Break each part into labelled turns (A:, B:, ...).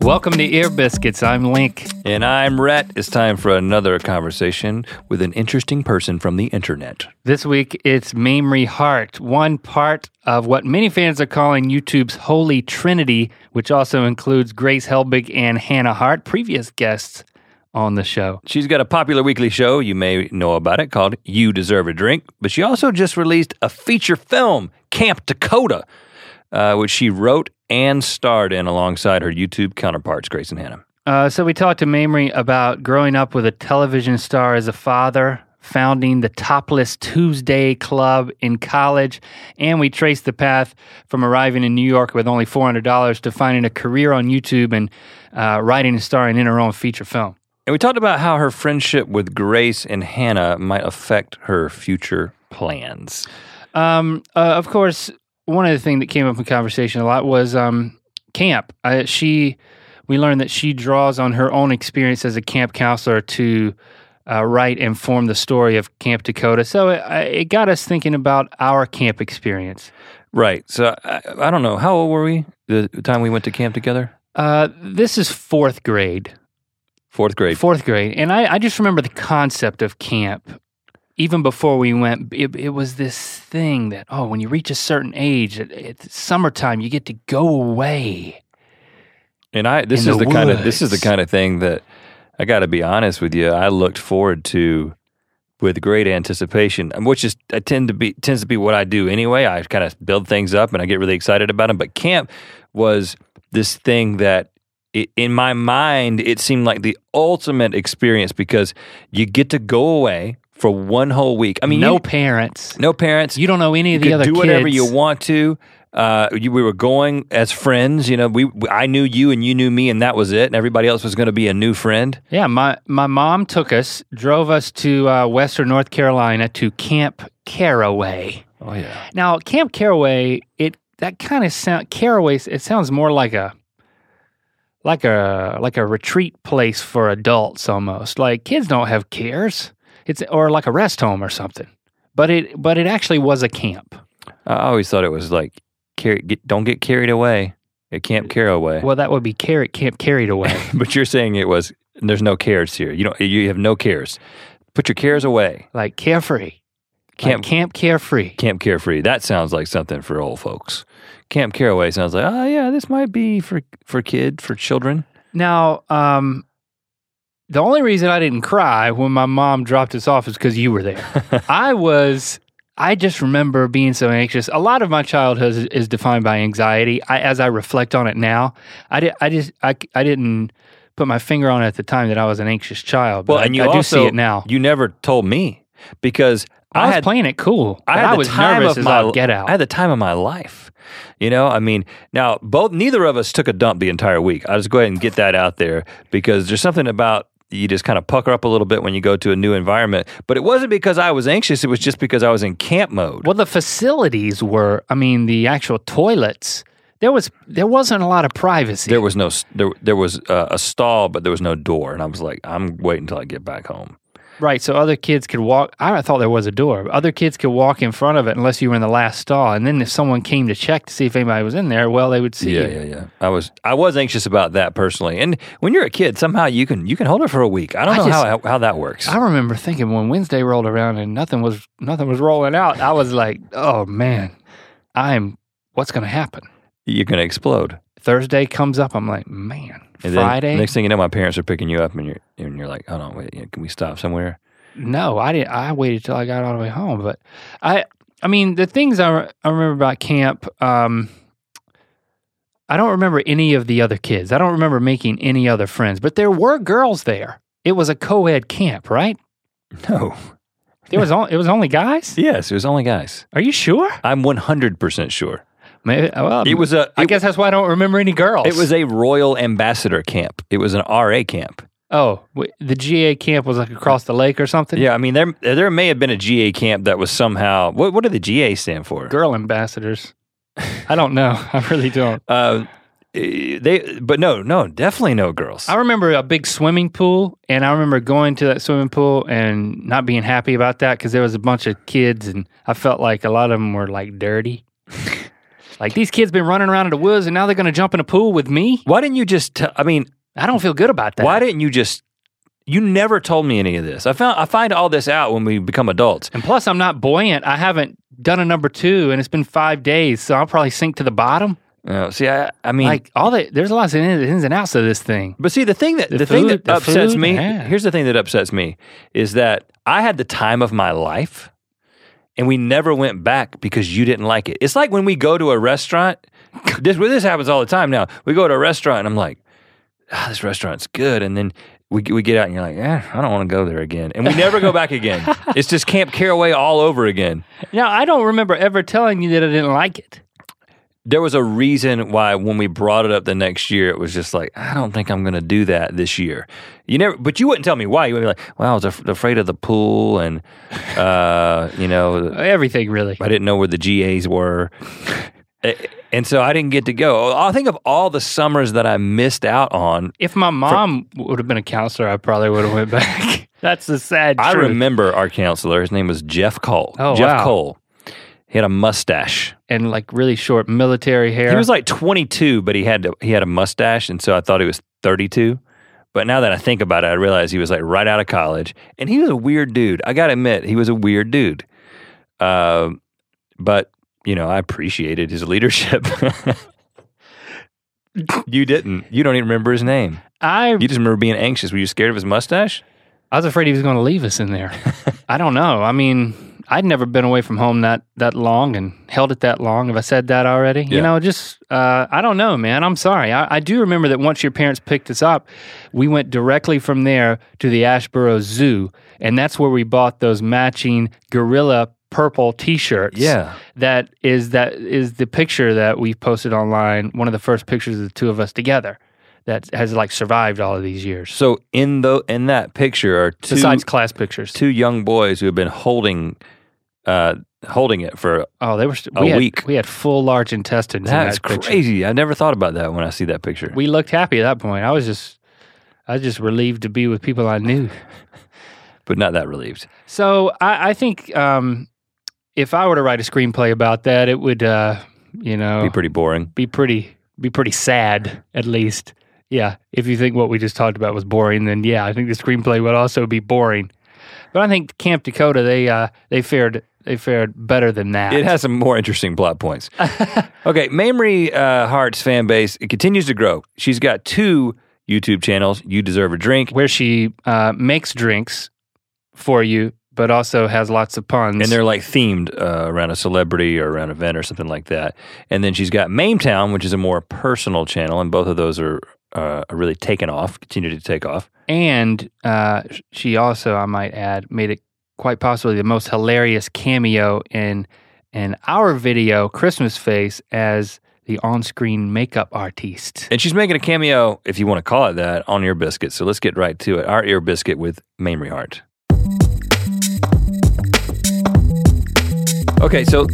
A: Welcome to Ear Biscuits. I'm Link.
B: And I'm Rhett. It's time for another conversation with an interesting person from the internet.
A: This week it's Mamrie Hart, one part of what many fans are calling YouTube's Holy Trinity, which also includes Grace Helbig and Hannah Hart, previous guests on the show.
B: She's got a popular weekly show, you may know about it, called You Deserve a Drink, but she also just released a feature film, Camp Dakota, uh, which she wrote and starred in alongside her YouTube counterparts, Grace and Hannah.
A: Uh, so we talked to Mamrie about growing up with a television star as a father, founding the Topless Tuesday Club in college, and we traced the path from arriving in New York with only $400 to finding a career on YouTube and uh, writing and starring in her own feature film.
B: And we talked about how her friendship with Grace and Hannah might affect her future plans.
A: Um, uh, of course, one other thing that came up in conversation a lot was um, camp. Uh, she, we learned that she draws on her own experience as a camp counselor to uh, write and form the story of Camp Dakota. So it, I- it got us thinking about our camp experience.
B: Right. So I, I don't know. How old were we the time we went to camp together?
A: Uh, this is fourth grade.
B: Fourth grade.
A: Fourth grade. And I, I just remember the concept of camp. Even before we went, it, it was this thing that, oh, when you reach a certain age, it, it's summertime, you get to go away.
B: And I this
A: In
B: is
A: the
B: the, kind of this is the
A: woods.
B: kind of thing that I got to be honest with you. I looked forward to with great anticipation, um, which is I tend to be tends to be what I do anyway. I kind of build things up and I get really excited about them. But camp was this thing that it, in my mind it seemed like the ultimate experience because you get to go away for one whole week. I mean,
A: no
B: you-
A: parents.
B: no parents.
A: You don't know any of the
B: could
A: other
B: do whatever
A: kids.
B: you want to. Uh, you, we were going as friends. You know, we I knew you and you knew me, and that was it. And everybody else was going to be a new friend.
A: Yeah, my my mom took us, drove us to uh, Western North Carolina to Camp Caraway.
B: Oh yeah,
A: Now, Camp Caraway, it that kind of sound Caraway. It sounds more like a like a like a retreat place for adults almost. Like kids don't have cares. It's or like a rest home or something. But it but it actually was a camp.
B: I always thought it was like carry, get, don't get carried away at Camp Caraway.
A: Well, that would be carrot camp carried away.
B: But you're saying it was there's no cares here. You don't you have no cares. Put your cares away.
A: like carefree. Camp
B: Camp-
A: camp carefree.
B: Camp Carefree. That sounds like something for old folks. Camp Caraway sounds like oh yeah, this might be for for kid for children.
A: Now, um, the only reason I didn't cry when my mom dropped us off is because you were there. I was. I just remember being so anxious. A lot of my childhood is, is defined by anxiety. I, as I reflect on it now, I did. I just. I. I didn't put my finger on it at the time that I was an anxious child. But
B: Well,
A: I,
B: and you
A: I do
B: also
A: see it now.
B: You never told me because
A: I,
B: I,
A: was
B: had
A: playing it cool.
B: I
A: but
B: had the
A: was
B: time
A: nervous
B: of
A: as
B: my
A: all get out.
B: I had the time of my life. You know, I mean, now both neither of us took a dump the entire week. I'll just go ahead and get that out there because there's something about you just kind of pucker up a little bit when you go to a new environment. But it wasn't because I was anxious; it was just because I was in camp mode.
A: Well, the facilities were. I mean, the actual toilets. There was. There wasn't a lot of privacy.
B: There was no s- there there was uh, a stall, but there was no door, and I was like, I'm waiting until I get back home.
A: Right, so other kids could walk. I thought there was a door. Other kids could walk in front of it unless you were in the last stall. And then if someone came to check to see if anybody was in there, well, they would see
B: Yeah,
A: you.
B: yeah, yeah. I was I was anxious about that personally. And when you're a kid, somehow you can you can hold it for a week. I don't
A: I
B: know
A: just-
B: how how that works.
A: I remember thinking when Wednesday rolled around and nothing was nothing was rolling out, I was like, "Oh man, I'm what's going to happen?"
B: you're gonna explode.
A: Thursday comes up, I'm like, "Man,
B: And then
A: Friday."
B: next thing you know, my parents are picking you up, and you're and you're like, hold on, wait, yeah, can we stop somewhere?
A: No, I didn't. I waited till I got all the way home. But I, I mean, the things I, re- I remember about camp, um, I don't remember any of the other kids. I don't remember making any other friends. But there were girls there. It was a co-ed camp, right?
B: No.
A: There was on, it was only guys.
B: Yes, it was only guys.
A: Are you sure?
B: I'm 100 percent sure.
A: Maybe. Well,
B: It was a.
A: I
B: Um, it-
A: guess that's why I don't remember any girls.
B: It was a royal ambassador camp. It was an RA camp.
A: oh, w- the GA camp was like across the lake or something.
B: Yeah, I mean there there may have been a GA camp that was somehow. What what did the GA stand for?
A: girl ambassadors. I don't know. I really don't.
B: Uh, eh, they but no no definitely no girls.
A: I remember a big swimming pool, and I remember going to that swimming pool and not being happy about that because there was a bunch of kids, and I felt like a lot of them were like dirty. Like these kids been running around in the woods and now they're going to jump in a pool with me.
B: Why didn't you just? T- I mean,
A: I don't feel good about that.
B: why didn't you just? You never told me any of this. I found I find all this out when we become adults.
A: And plus, I'm not buoyant. I haven't done a number two, and it's been five days, so I'll probably sink to the bottom.
B: Uh, see, I, I mean,
A: Like all the there's a lot of ins ins and outs of this thing.
B: But see, the thing that the,
A: The
B: thing
A: food-
B: that
A: the
B: upsets
A: food,
B: me
A: yeah.
B: here's the thing that upsets me is that I had the time of my life, and we never went back because you didn't like it. It's like when we go to a restaurant. this well, this happens all the time now. We go to a restaurant, and I'm like, ah, this restaurant's good, and then. We, we get out and you're like, eh, I don't want to go there again. And we never go back again. It's just Camp Caraway all over again.
A: Now, I don't remember ever telling you that I didn't like it.
B: There was a reason why when we brought it up the next year, it was just like, I don't think I'm going to do that this year. You never, but you wouldn't tell me why. You would be like, well, I was af- afraid of the pool and, uh, you know,
A: Everything really.
B: I didn't know where the GAs were. Eh, And so I didn't get to go. I think of all the summers that I missed out on.
A: If my mom would have been a counselor, I probably would have went back. That's the sad
B: I
A: truth.
B: remember our counselor. His name was Jeff Cole.
A: Oh,
B: Jeff
A: wow.
B: Cole. He had a mustache.
A: and like really short military hair.
B: He was like 22, but he had to, he had a mustache, and so I thought he was 32. But now that I think about it, I realize he was like right out of college, and he was a weird dude. I gotta admit, he was a weird dude. Um, but you know, I appreciated his leadership. you didn't. You don't even remember his name.
A: I
B: You just remember being anxious. Were you scared of his mustache?
A: I was afraid he was going to leave us in there. I don't know. I mean, I'd never been away from home that that long and held it that long. Have I said that already?
B: Yeah.
A: You know, just uh, I don't know, man. I'm sorry. I, I do remember that once your parents picked us up, we went directly from there to the Ashboro Zoo, and that's where we bought those matching gorilla purple T-shirts. that is that is the picture that we posted online. One of the first pictures of the two of us together that has like survived all of these years.
B: So in the in that picture are two
A: Besides class pictures.
B: two young boys who have been holding uh, holding it for
A: Oh, they were st-
B: a
A: we had,
B: week.
A: We had full large intestines. in
B: That's
A: that picture.
B: crazy. I never thought about that when I see that picture.
A: We looked happy at that point. I was just, I was just relieved to be with people I knew.
B: but not that relieved.
A: So I, I think um, if I were to write a screenplay about that, it would, uh, you know,
B: Be pretty boring.
A: be pretty, be pretty sad at least. Yeah, if you think what we just talked about was boring, then yeah, I think the screenplay would also be boring. But I think Camp Dakota they uh, they fared they fared better than that.
B: It has some more interesting plot points. okay, Mamrie uh, Hart's fan base it continues to grow. She's got two YouTube channels. You deserve a drink,
A: where she uh, makes drinks for you, but also has lots of puns.
B: and they're like themed uh, around a celebrity or around an event or something like that. And then she's got Mametown, which is a more personal channel, and both of those are uh, are really taken off, continue to take off.
A: and uh, sh- she also, I might add, made it quite possibly the most hilarious cameo in in our video Christmas Face as the on-screen makeup artiste.
B: And she's making a cameo, if you want to call it that, on Ear Biscuit. So let's get right to it. Our Ear Biscuit with Mamrie Hart. Okay, so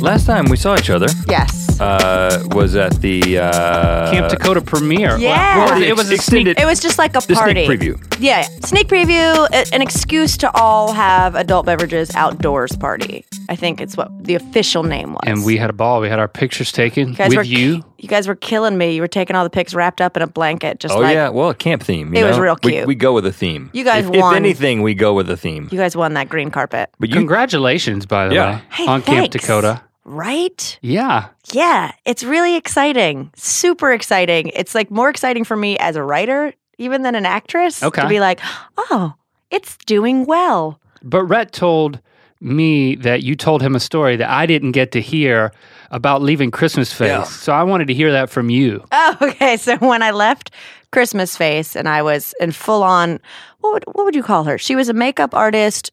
B: last time we saw each other
C: Yes.
B: uh, was at the uh,
A: Camp Dakota premiere.
C: Yeah.
A: Well, it was a sneak.
B: extended
C: It was just like a
B: the sneak
C: party.
B: preview.
C: Yeah, sneak preview, a- an excuse to all have adult beverages outdoors party. I think it's what the official name was.
A: And we had a ball. We had our pictures taken with
C: were,
A: you.
C: You guys were killing me. You were taking all the pics wrapped up in a blanket, just
B: Oh
C: like
B: yeah, well, a camp theme. you
C: It was
B: know?
C: real
B: We- We,
C: cute.
B: go with a theme.
C: You guys
B: if,
C: won.
B: If anything, we go with a theme.
C: you guys won that green carpet.
B: But you,
A: Congratulations, by the
B: Yeah.
A: way,
C: Hey,
A: on Camp
C: thanks.
A: Dakota.
C: Right?
A: Yeah.
C: Yeah, it's really exciting. Super exciting. It's like more exciting for me as a writer, even than an actress,
A: Okay.
C: to be like, oh, it's doing well.
A: But Rhett told me that you told him a story that I didn't get to hear about leaving Christmas Face.
B: Yeah.
A: So I wanted to hear that from you.
C: Oh, okay. So when I left Christmas Face and I was in full on, what would, what would you call her? She was a makeup artist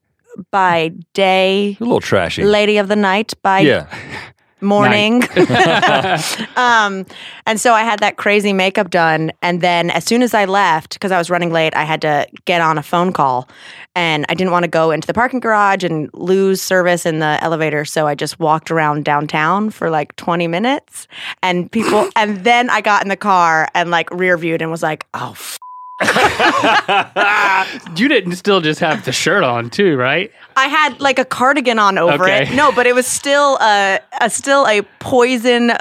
C: by day,
B: a little trashy.
C: lady of the night by
B: yeah,
C: morning. um, and so I had that crazy makeup done. And then as soon as I left, because I was running late, I had to get on a phone call. And I didn't want to go into the parking garage and lose service in the elevator. So I just walked around downtown for like 20 minutes. And people, and then I got in the car and like rear viewed and was like, oh, f-
A: You didn't still just have the shirt on too, right?
C: I had like a cardigan on over
A: Okay.
C: it. No, but it was still a, a still a poison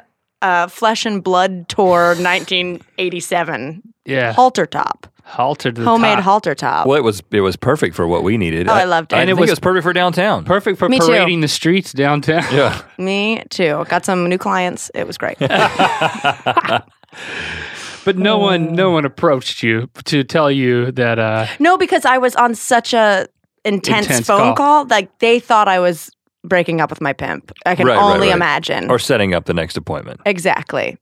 C: uh, flesh and blood tour 1987
A: Yeah.
C: halter top,
A: halter to the
C: homemade
A: top.
C: halter top.
B: Well, it was it was perfect for what we needed.
C: Oh, I loved it.
B: and
C: And
A: it
B: it think
A: was-
B: it was perfect for downtown.
A: Perfect for
C: Me too.
A: parading the streets downtown.
B: yeah.
C: Me too. Got some new clients. It was great.
A: But no one, no one approached you to tell you that. Uh,
C: no, because I was on such a intense,
A: Intense call.
C: phone call. Like they thought I was breaking up with my pimp. I can
B: Right, right,
C: only
B: right.
C: imagine.
B: Or setting up the next appointment.
C: exactly.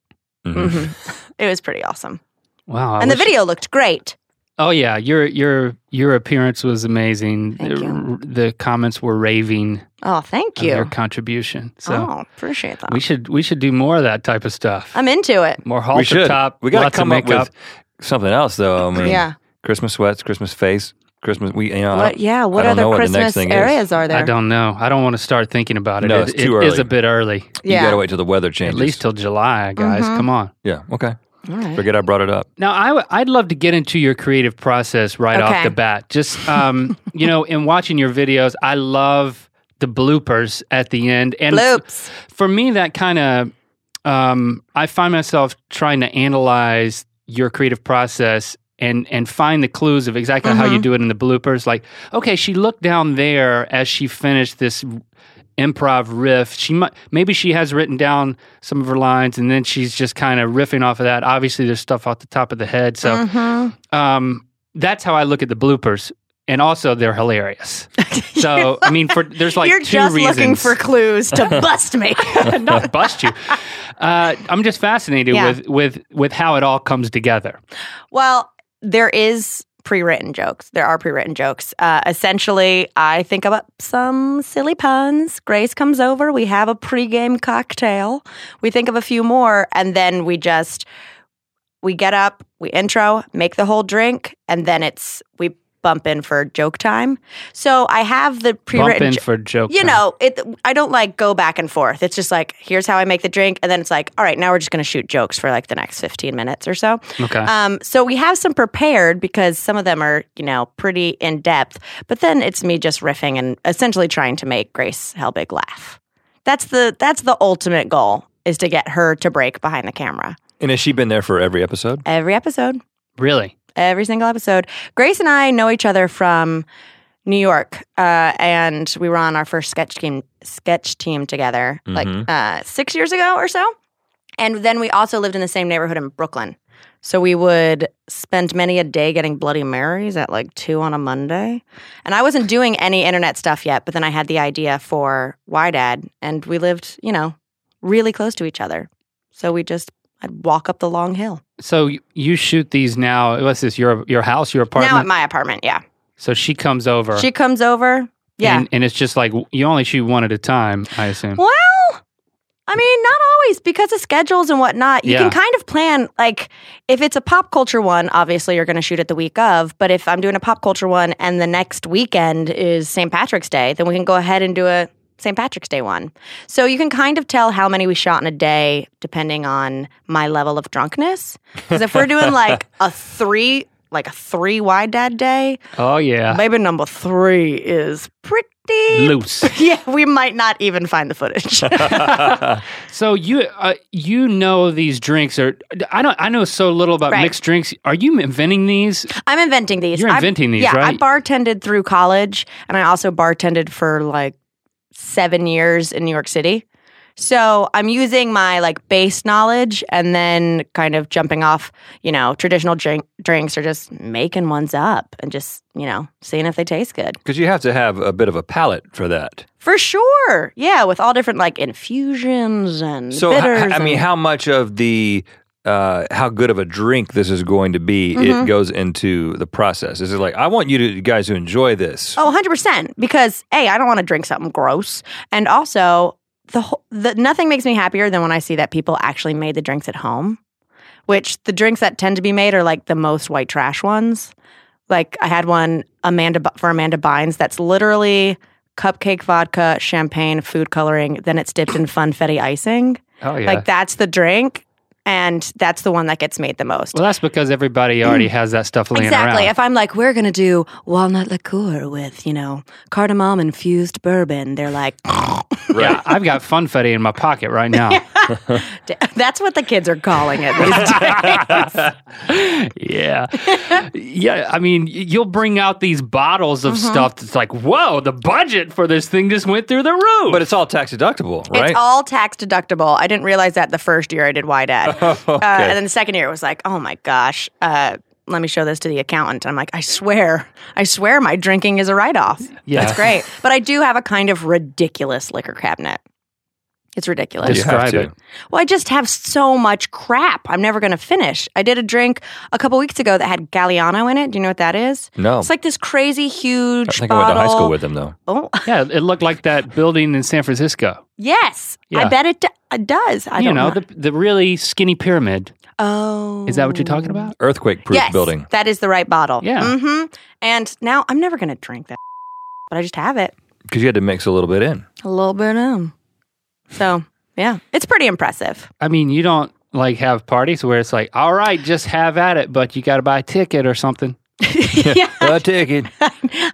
B: Mhm.
C: hmm it was pretty awesome,
A: wow. Mm. I
C: and the
A: wish-
C: video looked great.
A: Oh yeah, your your your appearance was amazing.
C: Thank you.
A: The comments were raving
C: Oh, thank
A: of your
C: you.
A: contribution. So
C: Oh, appreciate that.
A: we should we should do more of that type of stuff.
C: I'm into it.
A: more
B: We
A: halter
B: should.
A: top.
B: we got to
A: lots of
B: come up
A: makeup.
B: with something else, though. I mean,
C: Yeah.
B: Christmas sweats, Christmas face, Christmas. We, you know, Uh-huh. I
C: What?
B: don't-
C: Yeah. What
B: don't
C: other
B: know what the next
C: Christmas
B: thing is.
C: areas are there?
A: I don't know. I don't want to start thinking about it.
B: No,
A: It-
B: it's too
A: It is
B: early.
A: a bit early.
B: you
C: Yeah.
B: got to wait till the weather changes.
A: At least till July, guys.
C: Mhm.
A: Come on.
B: yeah. Okay.
C: All right.
B: Forget I brought it up.
A: Now, I w- I'd love to get into your creative process right off
C: Okay.
A: the bat. Just, um, you know, in watching your videos, I love the bloopers at the end. And
C: Bloops.
A: for me, that kind of, um, I find myself trying to analyze your creative process and and find the clues of exactly how
C: Mm-hmm.
A: you do it in the bloopers. Like, okay, she looked down there as she finished this improv riff. She might, maybe she has written down some of her lines, and then she's just kind of riffing off of that. Obviously, there's stuff off the top of the head, so
C: Mhm.
A: um, that's how I look at the bloopers. And also, they're hilarious. So, I mean, for there's like
C: You're
A: two
C: just
A: reasons
C: looking for clues to bust me.
A: not bust you. Uh, I'm just fascinated
C: Yeah.
A: with with with how it all comes together.
C: well, there is pre-written jokes. There are pre-written jokes. Uh, essentially, I think about some silly puns. Grace comes over. We have a pre-game cocktail. We think of a few more, and then we just we get up, we intro, make the whole drink, and then it's we bump in for joke time. So I have the
A: Bump
C: pre-written
A: in
C: jo-
A: for joke.
C: you
A: time.
C: know it i don't like go back and forth it's just like here's how i make the drink and then it's like all right now we're just going to shoot jokes for like the next 15 minutes or so
A: Okay.
C: um, so we have some prepared because some of them are you know pretty in depth but then it's me just riffing and essentially trying to make grace helbig laugh that's the that's the ultimate goal is to get her to break behind the camera
B: And has she been there for every episode?
C: every episode
A: really?
C: every single episode. Grace and I know each other from New York, uh, and we were on our first sketch team sketch team together like
B: Mhm.
C: uh, six years ago or so. And then we also lived in the same neighborhood in Brooklyn, so we would spend many a day getting Bloody Marys at like two on a Monday. And I wasn't doing any internet stuff yet, but then I had the idea for Why Dad, and we lived, you know, really close to each other. So we just I'd walk up the long hill.
A: So y- you shoot these now? What's this? Your your house? Your
C: Now at
A: apartment?
C: my apartment, yeah.
A: so she comes over.
C: She comes over. Yeah.
A: And, and it's just like you only shoot one at a time. I assume.
C: well, I mean, not always because of schedules and whatnot. You
A: Yeah.
C: can kind of plan, like, if it's a pop culture one, obviously you're going to shoot it the week of. But if I'm doing a pop culture one and the next weekend is St. Patrick's Day, then we can go ahead and do a St. Patrick's Day one. So you can kind of tell how many we shot in a day depending on my level of drunkenness. Because if we're doing like a three, like a three wide dad day,
A: Oh yeah.
C: baby number three is pretty
A: Loose.
C: yeah, we might not even find the footage.
A: So you uh, you know these drinks are. I don't. I know so little about
C: Right.
A: mixed drinks. Are you inventing these?
C: I'm inventing these.
A: You're
C: I'm-
A: inventing these,
C: yeah, I
A: right?
C: bartended through college, and I also bartended for like seven years in New York City. So I'm using my like base knowledge, and then kind of jumping off. You know, traditional drink drinks or just making ones up and just you know seeing if they taste good.
B: Because you have to have a bit of a palate for that.
C: For sure, yeah, with all different like infusions and
B: So, h-
C: bitters.
B: I mean,
C: and-
B: how much of the uh, how good of a drink this is going to be,
C: Mm-hmm.
B: it goes into the process. Is it like I want you, to, you guys to enjoy this?
C: Oh, 100%. Because, A, I don't want to drink something gross. And also, the, whole, the nothing makes me happier than when I see that people actually made the drinks at home, which the drinks that tend to be made are like the most white trash ones. Like I had one Amanda Bu- for Amanda Bynes that's literally cupcake vodka, champagne, food coloring, then it's dipped in funfetti icing.
A: Oh yeah.
C: Like that's the drink. and that's the one that gets made the most.
A: Well, that's because everybody already has that stuff laying
C: Exactly.
A: around.
C: If I'm like, we're gonna do walnut liqueur with, you know, cardamom infused bourbon, they're like,
A: Yeah, I've got funfetti in my pocket right now.
C: that's what the kids are calling it. these days.
A: yeah. yeah. I mean, y- you'll bring out these bottles
C: Mm-hmm.
A: of stuff that's like, whoa, the budget for this thing just went through the roof.
B: But it's all tax deductible, right?
C: It's all tax deductible. I didn't realize that the first year I did YDAD, uh, and then the second year it was like, oh my gosh. Uh, let me show this to the accountant. I'm like, I swear, I swear my drinking is a write off.
A: Yeah.
C: That's great. But I do have a kind of ridiculous liquor cabinet. It's ridiculous.
B: You have
A: Describe
B: to.
A: it.
C: Well, I just have so much crap. I'm never going to finish. I did a drink a couple weeks ago that had Galliano in it. Do you know what that is?
B: No.
C: It's like this crazy
B: Oh.
C: huge
B: I think I
C: bottle.
B: went to high school with them though.
C: Oh,
A: yeah, it looked like that building in San Francisco.
C: yes. I
A: Yeah.
C: bet it, do- it does. I
A: you
C: don't
A: know,
C: know.
A: the the really skinny pyramid.
C: oh.
A: Is that what you're talking about?
B: Earthquake proof
C: yes,
B: building.
C: That is the right bottle.
A: Yeah.
C: hmm And now I'm never going to drink that, but I just have it
B: Because you had to mix a little bit in.
C: a little bit in. So, yeah, it's pretty impressive.
A: I mean, you don't like have parties where it's like, all right, just have at it, but you got to buy a ticket or something.
C: yeah.
B: A ticket.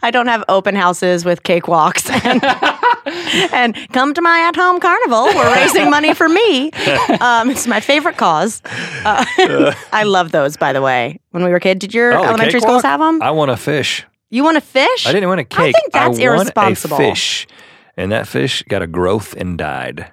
C: I don't have open houses with cakewalks and, and come to my at home carnival. We're raising money for me. Um, it's my favorite cause. Uh, I love those, by the way. When we were kids, did your
B: Oh, the
C: elementary
B: cakewalk?
C: schools have them?
B: I want a fish.
C: you want a fish?
B: I didn't want a cake.
C: I think that's
B: I want
C: irresponsible.
B: A fish, and that fish got a growth and died.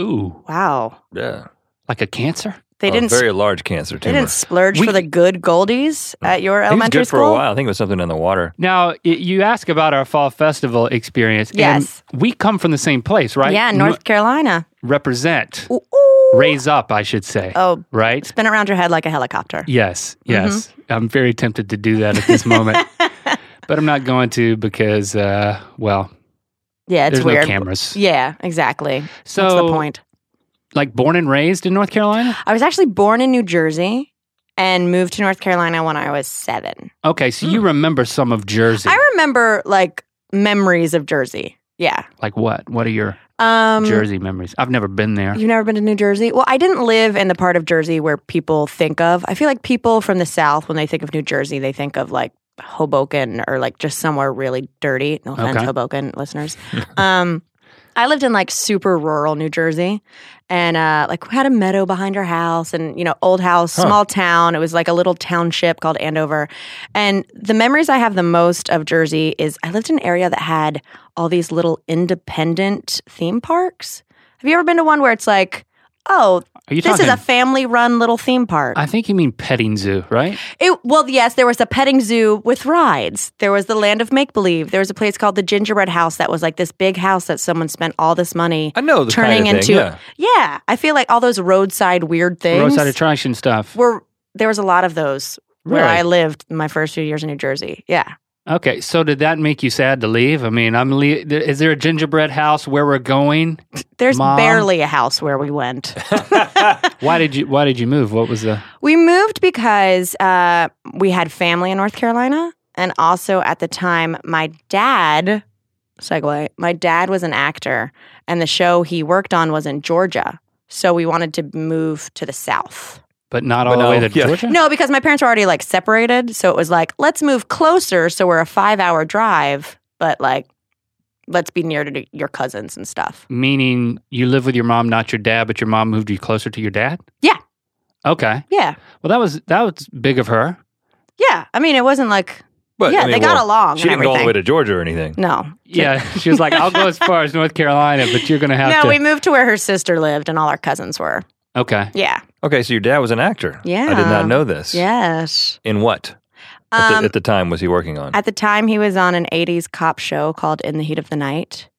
A: Ooh,
C: Wow.
B: Yeah,
A: like a cancer?
C: They
B: a
C: didn't.
B: Oh, very large cancer
C: they
B: tumor.
C: didn't splurge
A: We-
C: for the good goldies
B: Mm.
C: at your
B: It was
C: elementary
B: good
C: school.
B: for a while. I think it was something in the water.
A: Now, y- you ask about our fall festival experience. and
C: Yes.
A: we come from the same place, right?
C: Yeah, North
B: Mm.
C: Carolina.
A: N- represent,
C: Ooh, ooh.
A: raise up, I should say.
C: Oh,
A: Right?
C: spin around your head like a helicopter.
A: Yes,
C: Mm-hmm.
A: yes. I'm very tempted to do that at this moment, but I'm not going to because, uh, well,
C: Yeah, it's
A: there's
C: weird.
A: no cameras.
C: Yeah, exactly.
A: So,
C: That's the point.
A: like, born and raised in North Carolina.
C: I was actually born in New Jersey and moved to North Carolina when I was seven.
A: Okay, so you remember some of Jersey?
C: Mm. I remember like memories of Jersey. Yeah.
A: like what? What are your
C: Um,
A: Jersey memories? I've never been there.
C: You've never been to New Jersey? Well, I didn't live in the part of Jersey where people think of. I feel like people from the South, when they think of New Jersey, they think of like Hoboken or like just somewhere really dirty. No offense,
A: Okay.
C: Hoboken listeners. um, I lived in like super rural New Jersey and uh, like we had a meadow behind our house and, you know, old house, small town. It was like a little township called Andover. And the memories I have the most of Jersey is I lived in an area that had all these little independent theme parks. Have you ever been to one where it's like, oh,
A: Are you
C: this
A: talking?
C: is a family run little theme park?
A: I think you mean petting zoo, right?
C: It, well, yes, there was a petting zoo with rides. There was the land of make believe. There was a place called the Gingerbread House that was like this big house that someone spent all this money
B: I know the
C: turning
B: kind of
C: into.
B: thing. Yeah.
C: Yeah, I feel like all those roadside weird things
A: Roadside attraction stuff.
C: were there was a lot of those where
A: Really?
C: I lived my first few years in New Jersey. Yeah,
A: Okay, so did that make you sad to leave? I mean, I'm. Le- there- is there a gingerbread house where we're going?
C: there's
A: Mom.
C: barely a house where we went.
A: Why did you? Why did you move? What was the?
C: We moved because uh, we had family in North Carolina. And also at the time, my dad, segue, my dad was an actor, and the show he worked on was in Georgia. So we wanted to move to the South.
A: But not
B: But
A: all the
B: no,
A: way to
B: yeah.
A: Georgia.
C: No, because my parents were already like separated. So it was like, let's move closer. So we're a five hour drive, but like, let's be near to your cousins and stuff.
A: Meaning you live with your mom, not your dad, but your mom moved you closer to your dad?
C: Yeah.
A: Okay.
C: Yeah.
A: Well, that was that was big of her.
C: Yeah. I mean, it wasn't like,
B: But
C: yeah,
B: I mean,
C: they got
B: well,
C: along.
B: She
C: and
B: didn't go all the way
C: everything.
B: to Georgia or anything.
C: No.
A: Yeah. she was like, I'll go as far as North Carolina, but you're going to have
C: no,
A: to.
C: we moved to where her sister lived and all our cousins were.
A: okay.
C: Yeah.
B: Okay, so your dad was an actor. I did
C: Yeah.
B: not know this.
C: Yes.
B: In what? At,
C: Um,
B: the, at the time was he working on?
C: at the time, he was on an 80s cop show called In the Heat of the Night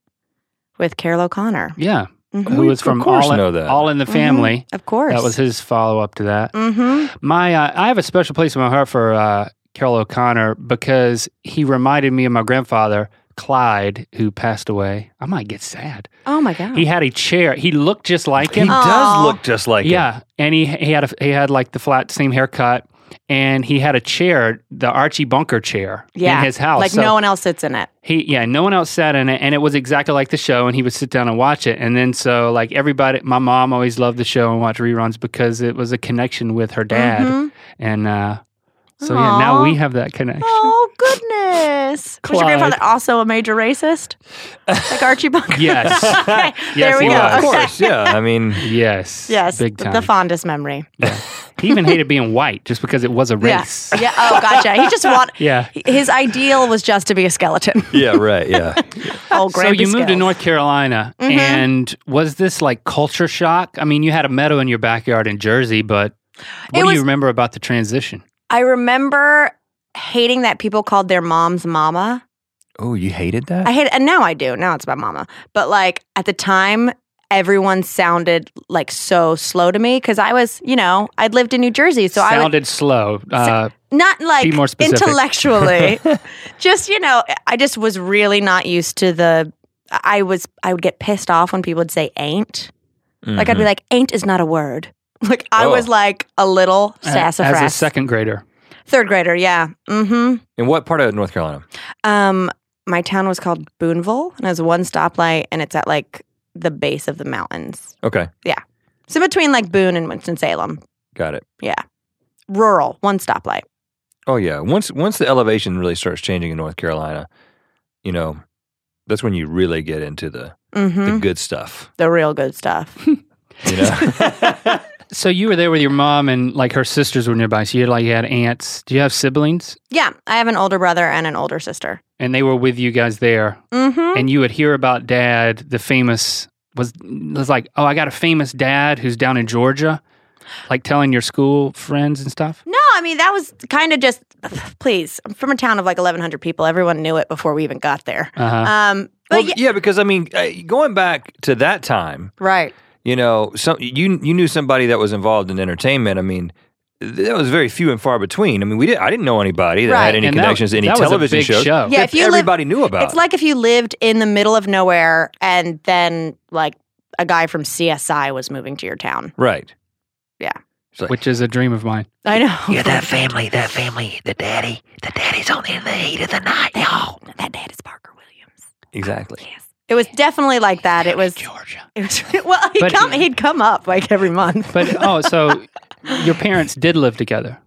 C: with Carol O'Connor.
A: Yeah.
C: Mhm.
A: Who was from
B: of course
A: all in,
B: know that.
A: all in the Family.
C: Mm-hmm. Of course.
A: That was his follow up to that.
C: hmm
A: My, uh, I have a special place in my heart for uh, Carol O'Connor because he reminded me of my grandfather, Clyde, who passed away. I might get sad.
C: Oh my God.
A: He had a chair. He looked just like
B: he
A: him.
C: Aw.
B: does look just like him.
A: yeah, and he he had a, he had like the flat same haircut. and he had a chair, the Archie Bunker chair,
C: Yeah.
A: in his house.
C: Like
A: So
C: no one else sits in it.
A: he, yeah, no one else sat in it, and it was exactly like the show. And he would sit down and watch it, and then so like everybody, my mom always loved the show and watched reruns because it was a connection with her dad,
C: Mhm.
A: and uh, so yeah, now
C: Aw.
A: we have that connection.
C: Oh goodness! Was your
A: Clyde.
C: grandfather also a major racist, like Archie Bunker?
A: Yes.
C: Okay,
A: Yes,
C: there we
A: he
C: go.
A: was.
B: yeah,
A: Yeah,
B: of
C: Okay.
B: course. Yeah, I mean,
A: Yes,
C: Yes,
A: big time.
C: the fondest memory.
A: he even hated being white just because it was a race.
C: Yeah. yeah. Oh, gotcha. He just want.
A: Yeah.
C: His ideal was just to be a skeleton.
B: yeah, right, yeah.
C: Oh,
A: So you moved to
C: North.
A: North Carolina,
C: Mm-hmm.
A: and was this like culture shock? I mean, you had a meadow in your backyard in Jersey, but what
C: It
A: do
C: was-
A: you remember about the transition?
C: I remember hating that people called their moms mama.
B: Oh, you hated that?
C: I hate, and now I do. Now it's about mama. But like at the time, everyone sounded like so slow to me because I was, you know, I'd lived in New Jersey, so I would
A: Sounded slow. Uh,
C: not like
A: Be more specific.
C: intellectually, just you know, I just was really not used to the. I was, I would get pissed off when people would say ain't. Like
B: Mm-hmm.
A: Mm-hmm.
C: I'd be like, ain't is not a word. Like I
B: Oh.
C: was like a little
A: a-
C: sassafras,
A: As a second grader.
C: third grader. Yeah. Mm-hmm.
B: In what part of North Carolina?
C: Um, my town was called Boonville, and it has one stoplight, and it's at like the base of the mountains.
B: Okay,
C: So between like Boone and Winston Salem,
B: got it.
C: rural, one stoplight.
B: Oh yeah. Once once the elevation really starts changing in North Carolina, you know, that's when you really get into the
C: Mm-hmm.
B: the good stuff.
C: The real good stuff.
B: You know,
A: So you were there with your mom, and like her sisters were nearby. So you had, like you had aunts. Do you have siblings?
C: yeah, I have an older brother and an older sister.
A: And they were with you guys there,
C: Mm-hmm.
A: and you would hear about dad, the famous was was like, oh, I got a famous dad who's down in Georgia, like telling your school friends and stuff.
C: No, I mean that was kind of just. Please, I'm from a town of like 1,100 people. Everyone knew it before we even got there.
A: Uh-huh.
C: Um, but
B: well,
C: yeah,
B: yeah, because I mean, uh, going back to that time,
C: right.
B: you know, some you you knew somebody that was involved in entertainment. I mean, that was very few and far between. I mean, we did I didn't know anybody that
C: Right.
B: had any
A: And that-
B: connections to any
A: that was a
B: television
A: big
B: shows.
A: show.
C: Yeah,
B: that
C: if you live-
B: everybody knew about.
C: It's like if you lived in the middle of nowhere and then like a guy from CSI was moving to your town.
B: right.
C: Yeah.
B: It's like,
A: which is a dream of mine.
C: I know.
D: Yeah, that family, that family, the daddy, the daddy's on in the heat of the night. Oh,
C: That dad is Parker Williams.
B: exactly.
C: It was definitely like that. It was.
A: Georgia.
C: It was well, he'd
A: But-
C: come. He'd come up like every month.
A: But oh, so your parents did live together.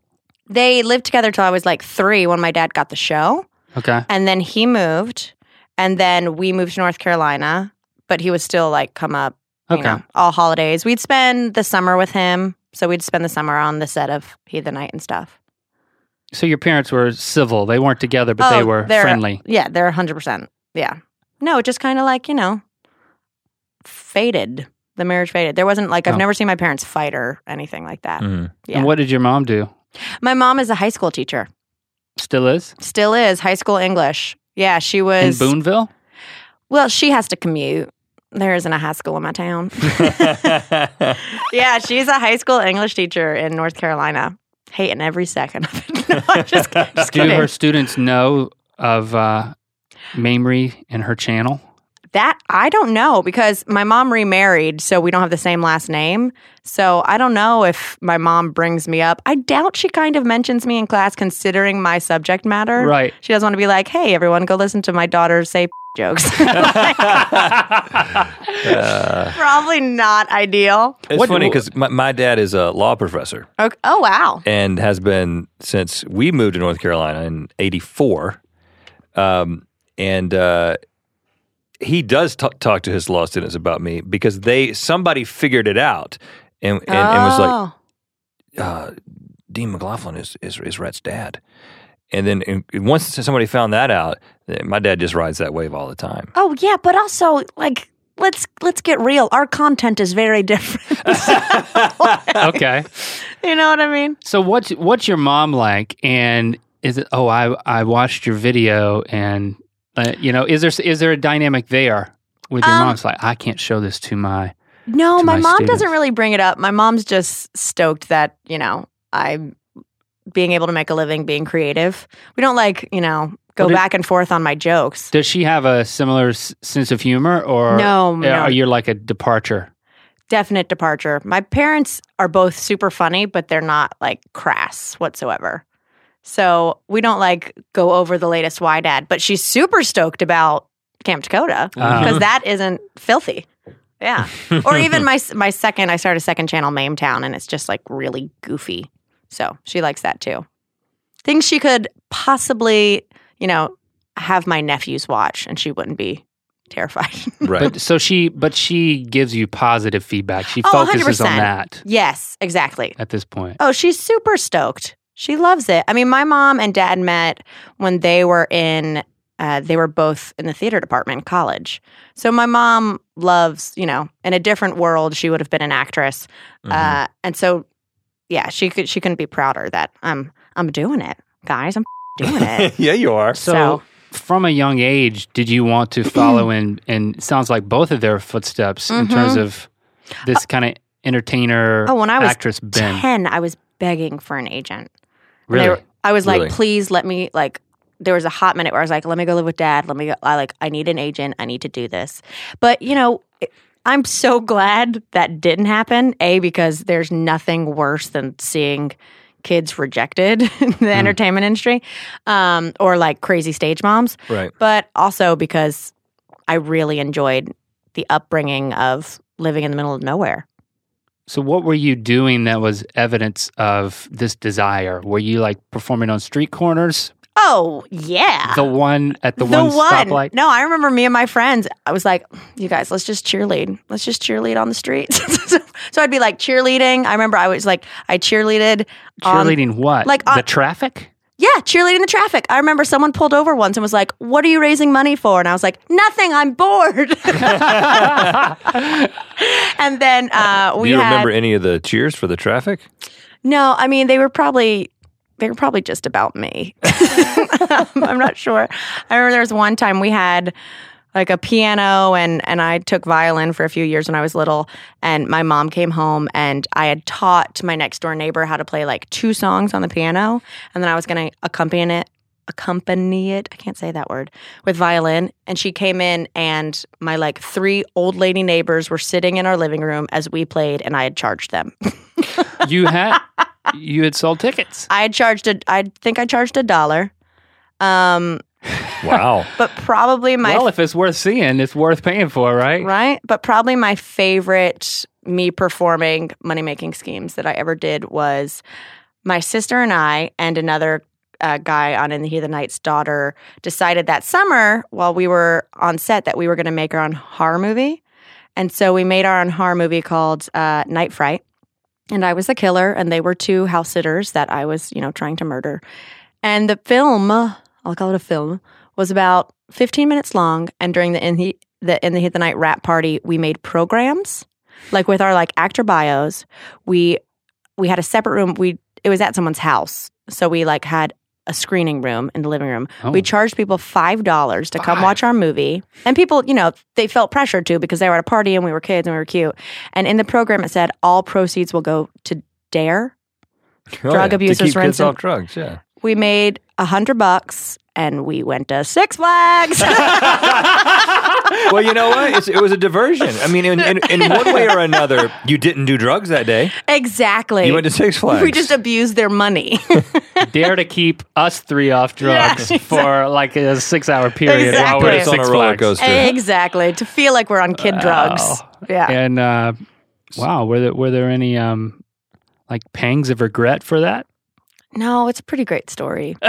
C: they lived together till I was like three when my dad got the show,
A: Okay.
C: and then he moved, and then we moved to North Carolina. But he was still like come up. You
A: Okay.
C: know, all holidays. We'd spend the summer with him. So we'd spend the summer on the set of He the Night and stuff.
A: So your parents were civil. They weren't together, but they
C: Oh,
A: were
C: they're-
A: friendly.
C: Yeah, they're 100%. Yeah. No, it just kind of like, you know, faded. The marriage faded. There wasn't like, I've
A: Oh.
C: never seen my parents fight or anything like that.
B: Mhm.
C: Yeah.
A: And what did your mom do?
C: My mom is a high school teacher,
A: Still is
C: still is high school English. Yeah, she
A: in
C: was.
A: Boonville.
C: Well, she has to commute. There isn't a high school in my town. yeah, she's a high school English teacher in North Carolina. Hating every second of it. No, I'm just, just
A: Do
C: kidding.
A: her students know of uh, Mamrie and her channel?
C: That I don't know because my mom remarried, so we don't have the same last name. So I don't know if my mom brings me up. I doubt she kind of mentions me in class considering my subject matter.
A: Right.
C: She doesn't want to be like, hey, everyone, go listen to my daughter say jokes.
B: Uh,
C: Probably not ideal.
B: it's
A: What-
B: funny because my, my dad is a law professor.
C: Okay. Oh, wow.
B: and has been since we moved to North Carolina in '84. Um, and uh, he does t- talk to his law students about me because they somebody figured it out and, and, and was like,
C: Oh.
B: uh, "Dean McLaughlin is, is is Rhett's dad." And then and once somebody found that out, eh, my dad just rides that wave all the time.
C: oh, yeah, but also, like, let's let's get real. Our content is very different.
A: Okay.
C: you know what I mean?
A: So what's what's your mom like? And is it? Oh, I I watched your video, and uh, you know, is there is there a dynamic there with your
C: Um,
A: mom's like I can't show this to my
C: No,
A: to
C: my
A: my
C: mom doesn't
A: students.
C: really bring it up. My mom's just stoked that, you know, I'm being able to make a living being creative. We don't like, you know, go
A: Well, did-
C: back and forth on my jokes.
A: Does she have a similar s- sense of humor, or
C: no,
A: are
C: no.
A: you like a departure?
C: definite departure. My parents are both super funny, but they're not like crass whatsoever. So we don't like go over the latest Why Dad, but she's super stoked about Camp Dakota
A: Uh-huh. Um,
C: because that isn't filthy. Yeah. or even my my second, I started a second channel, Mame Town, and it's just like really goofy. So she likes that too. Things she could possibly, you know, have my nephews watch, and she wouldn't be terrified.
B: right.
A: But so she, but she gives you positive feedback. She
C: Oh,
A: focuses on
C: 100%.
A: that
C: yes, exactly.
A: at this point.
C: Oh, she's super stoked. She loves it. I mean, my mom and dad met when they were in, uh, they were both in the theater department in college. So my mom loves, you know, in a different world, she would have been an actress.
B: Mhm.
C: Uh, and so, yeah, she could she couldn't be prouder that I'm I'm doing it, guys. I'm doing it.
B: yeah, you are.
A: So,
C: So-
A: from a young age, did you want to follow in? And it sounds like both of their footsteps in terms of this kind of entertainer,
C: Mm-hmm. Uh, oh, when I was
A: actress bent.
C: Ten, I was begging for an agent. And they
A: really?
C: were- I was like,
B: Really?
C: please let me like. There was a hot minute where I was like, let me go live with dad. Let me go. I like, I need an agent. I need to do this. But you know, it- I'm so glad that didn't happen. A because there's nothing worse than seeing kids rejected in the entertainment industry, um, or like crazy stage moms.
B: Right.
C: But also because I really enjoyed the upbringing of living in the middle of nowhere.
A: So, what were you doing that was evidence of this desire? Were you like performing on street corners?
C: Oh yeah,
A: the one at the, one, stoplight?
C: No, I remember me and my friends. I was like, you guys, let's just cheerlead. Let's just cheerlead on the streets. so, so I'd be like cheerleading. I remember I was like, I cheerleaded. on-
A: Cheerleading what?
C: like,
A: the
C: on-
A: traffic?
C: yeah, cheerleading the traffic. I remember someone pulled over once and was like, what are you raising money for? And I was like, nothing. I'm bored. and then uh, we
B: Do you
C: had,
B: remember any of the cheers for the traffic?
C: No, I mean they were probably they were probably just about me. I'm not sure. I remember there was one time we had like a piano and and I took violin for a few years when I was little and my mom came home and I had taught my next door neighbor how to play like two songs on the piano and then I was going to accompany it accompany it I can't say that word with violin and she came in and my like three old lady neighbors were sitting in our living room as we played and I had charged them
A: You had you had sold tickets.
C: I had charged a I think I charged a dollar. Um
B: Wow.
C: but probably my
A: well, if it's worth seeing, it's worth paying for, right?
C: right? But probably my favorite me performing money making schemes that I ever did was my sister and I and another uh, guy on In the Heat of the Night's daughter decided that summer while we were on set that we were going to make our own horror movie. And so we made our own horror movie called uh, Night Fright. And I was the killer, and they were two house sitters that I was, you know, trying to murder. And the film, I'll call it a film, was about 15 minutes long. And during the in the, the in the hit the night rap party, we made programs like with our like actor bios. We we had a separate room. We it was at someone's house, so we like had a screening room in the living room.
A: Oh.
C: We charged people five dollars to come
A: Five.
C: watch our movie, and people, you know, they felt pressured to because they were at a party and we were kids and we were cute. And in the program, it said all proceeds will go to Dare.
B: Oh,
C: Drug
B: yeah.
C: abusers
B: to keep
C: rinse
B: kids
C: and-
B: off drugs. Yeah.
C: We made a hundred bucks and we went to Six Flags.
B: well, you know what? It's, it was a diversion. I mean, in, in, in one way or another, you didn't do drugs that day.
C: exactly.
B: You went to Six Flags.
C: We just abused their money.
A: Dare to keep us three off drugs
C: Yeah,
A: for like a six-hour period while
C: Exactly.
A: we're
B: put
A: at
B: us on a
A: Six
B: roller
A: Flags.
B: coaster.
C: exactly. To feel like we're on kid drugs. Yeah.
A: And uh, wow, were there were there any um like pangs of regret for that?
C: No, it's a pretty great story.
B: no,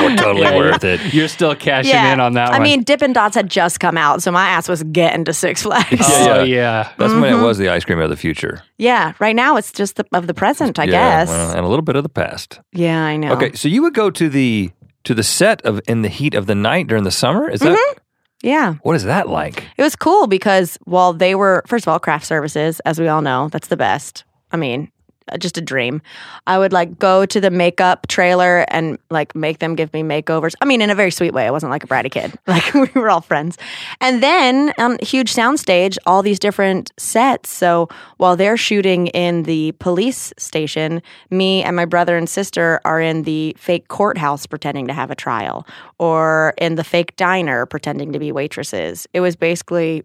B: more totally
A: Yeah.
B: worth it.
A: You're still cashing in on that
C: I
A: one.
C: mean, Dippin' Dots had just come out, so my ass was getting to Six Flags. Yeah.
A: oh yeah.
B: yeah.
A: yeah.
B: That's when
C: Mm-hmm.
B: it was the ice cream of the future.
C: Right now, it's just the, of the present, I
B: Yeah,
C: guess.
B: well, and a little bit of the past.
C: yeah, I know.
B: Okay, so you would go to the to the set of in the heat of the night during the summer. Is that
C: Mm-hmm. Yeah.
B: what is that like?
C: It was cool because while they were, first of all, craft services, as we all know, that's the best. I mean, uh, just a dream. I would like go to the makeup trailer and like make them give me makeovers. I mean, in a very sweet way. I wasn't like a bratty kid. Like we were all friends. And then on huge soundstage, all these different sets. So while they're shooting in the police station, me and my brother and sister are in the fake courthouse pretending to have a trial or in the fake diner pretending to be waitresses. It was basically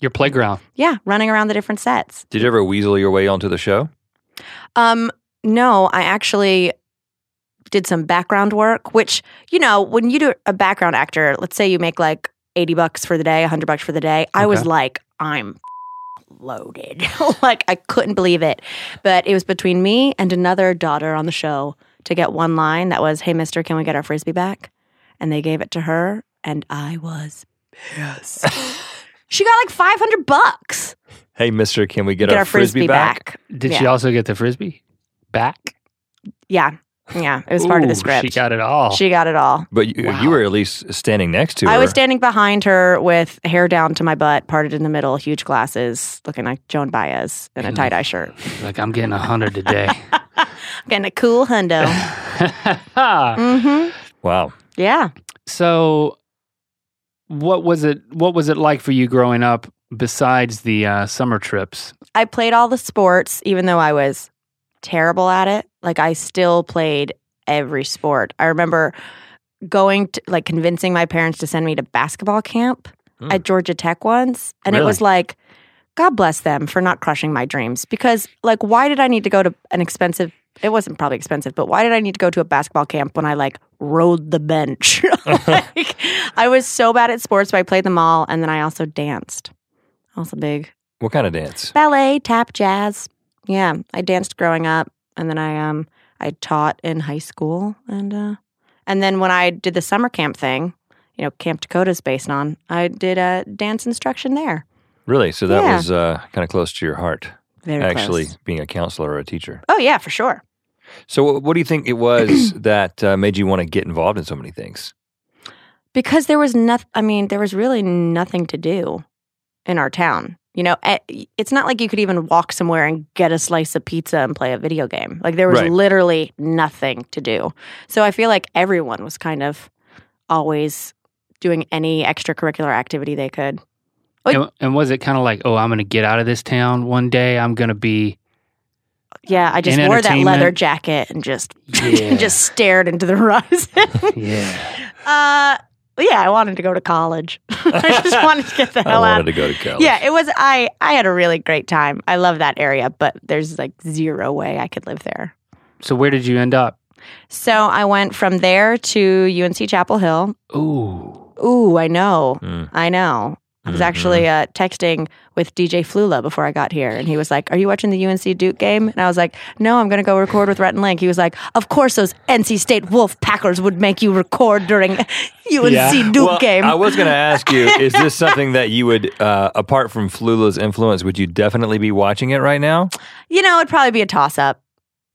A: Your playground.
C: Yeah, running around the different sets.
B: Did you ever weasel your way onto the show?
C: Um, no, I actually did some background work, which, you know, when you do a background actor, let's say you make like 80 bucks for the day, 100 bucks for the day. I was
A: Okay.
C: like, I'm loaded. like, I couldn't believe it. But it was between me and another daughter on the show to get one line that was, Hey, mister, can we get our frisbee back? And they gave it to her, and I was pissed. she got like 500 bucks.
B: Hey, mister, can we get,
C: to
B: our, frisbee, back?
A: Did she
C: Yeah.
A: also get the frisbee back?
C: Yeah. Yeah. It was part of
A: Ooh,
C: the script.
A: She got it all.
C: She got it all.
B: But you,
A: Wow.
B: you were at least standing next to her.
C: I was standing behind her with hair down to my butt, parted in the middle, huge glasses, looking like Joan Baez in a tie dye shirt.
A: like I'm getting a hundred today.
C: Getting a cool hundo. hmm
B: Wow.
C: Yeah.
A: so, what was it? What was it like for you growing up? Besides the uh, summer trips,
C: I played all the sports, even though I was terrible at it. Like, I still played every sport. I remember going to, like, convincing my parents to send me to basketball camp
B: Hmm.
C: at Georgia Tech once. And it
A: Really?
C: was like, God bless them for not crushing my dreams because, like, why did I need to go to an expensive? It wasn't probably expensive, but why did I need to go to a basketball camp when I like rode the bench? like, I was so bad at sports, but I played them all, and then I also danced. Also big
B: What kind of dance?
C: ballet, tap, jazz. Yeah, I danced growing up, and then I um I taught in high school, and uh, and then when I did the summer camp thing, you know, Camp Dakota's based on, I did a dance instruction there.
B: Really? So that
C: Yeah.
B: was uh, kind of close to your heart,
C: Very
B: actually,
C: close.
B: being a counselor or a teacher.
C: Oh yeah, for sure.
B: So, what, what do you think it was that uh, made you want to get involved in so many things?
C: because there was nothing i mean there was really nothing to do in our town you know eh, it's not like you could even walk somewhere and get a slice of pizza and play a video game like there was
B: Right.
C: literally nothing to do so i feel like everyone was kind of always doing any extracurricular activity they could Like-
A: and, and was it kind of like, oh, I'm going to get out of this town one day? I'm going to be
C: yeah i just
A: And
C: wore that leather
A: entertainment.
C: jacket and just
A: Yeah.
C: just stared into the horizon
A: yeah.
C: uh yeah i wanted to go to college i just wanted to get the hell
B: I
C: out
B: wanted to go to college.
C: Yeah, it was. I I had a really great time. I love that area, but there's like zero way I could live there.
A: So where did you end up?
C: So I went from there to UNC Chapel Hill.
A: Ooh,
C: Ooh, I know,
B: Mm.
C: I know. I was
B: Mhm.
C: actually uh, texting with DJ Flula before I got here, and he was like, "Are you watching the UNC Duke game?" And I was like, "No, I'm going to go record with Rhett and Link." He was like, "Of course, those NC State Wolf Packers would make you record during UNC
A: Yeah.
C: Duke
B: well,
C: game."
B: I was going to ask you: Is this something that you would, uh, apart from Flula's influence, would you definitely be watching it right now?
C: you know, it'd probably be a toss up.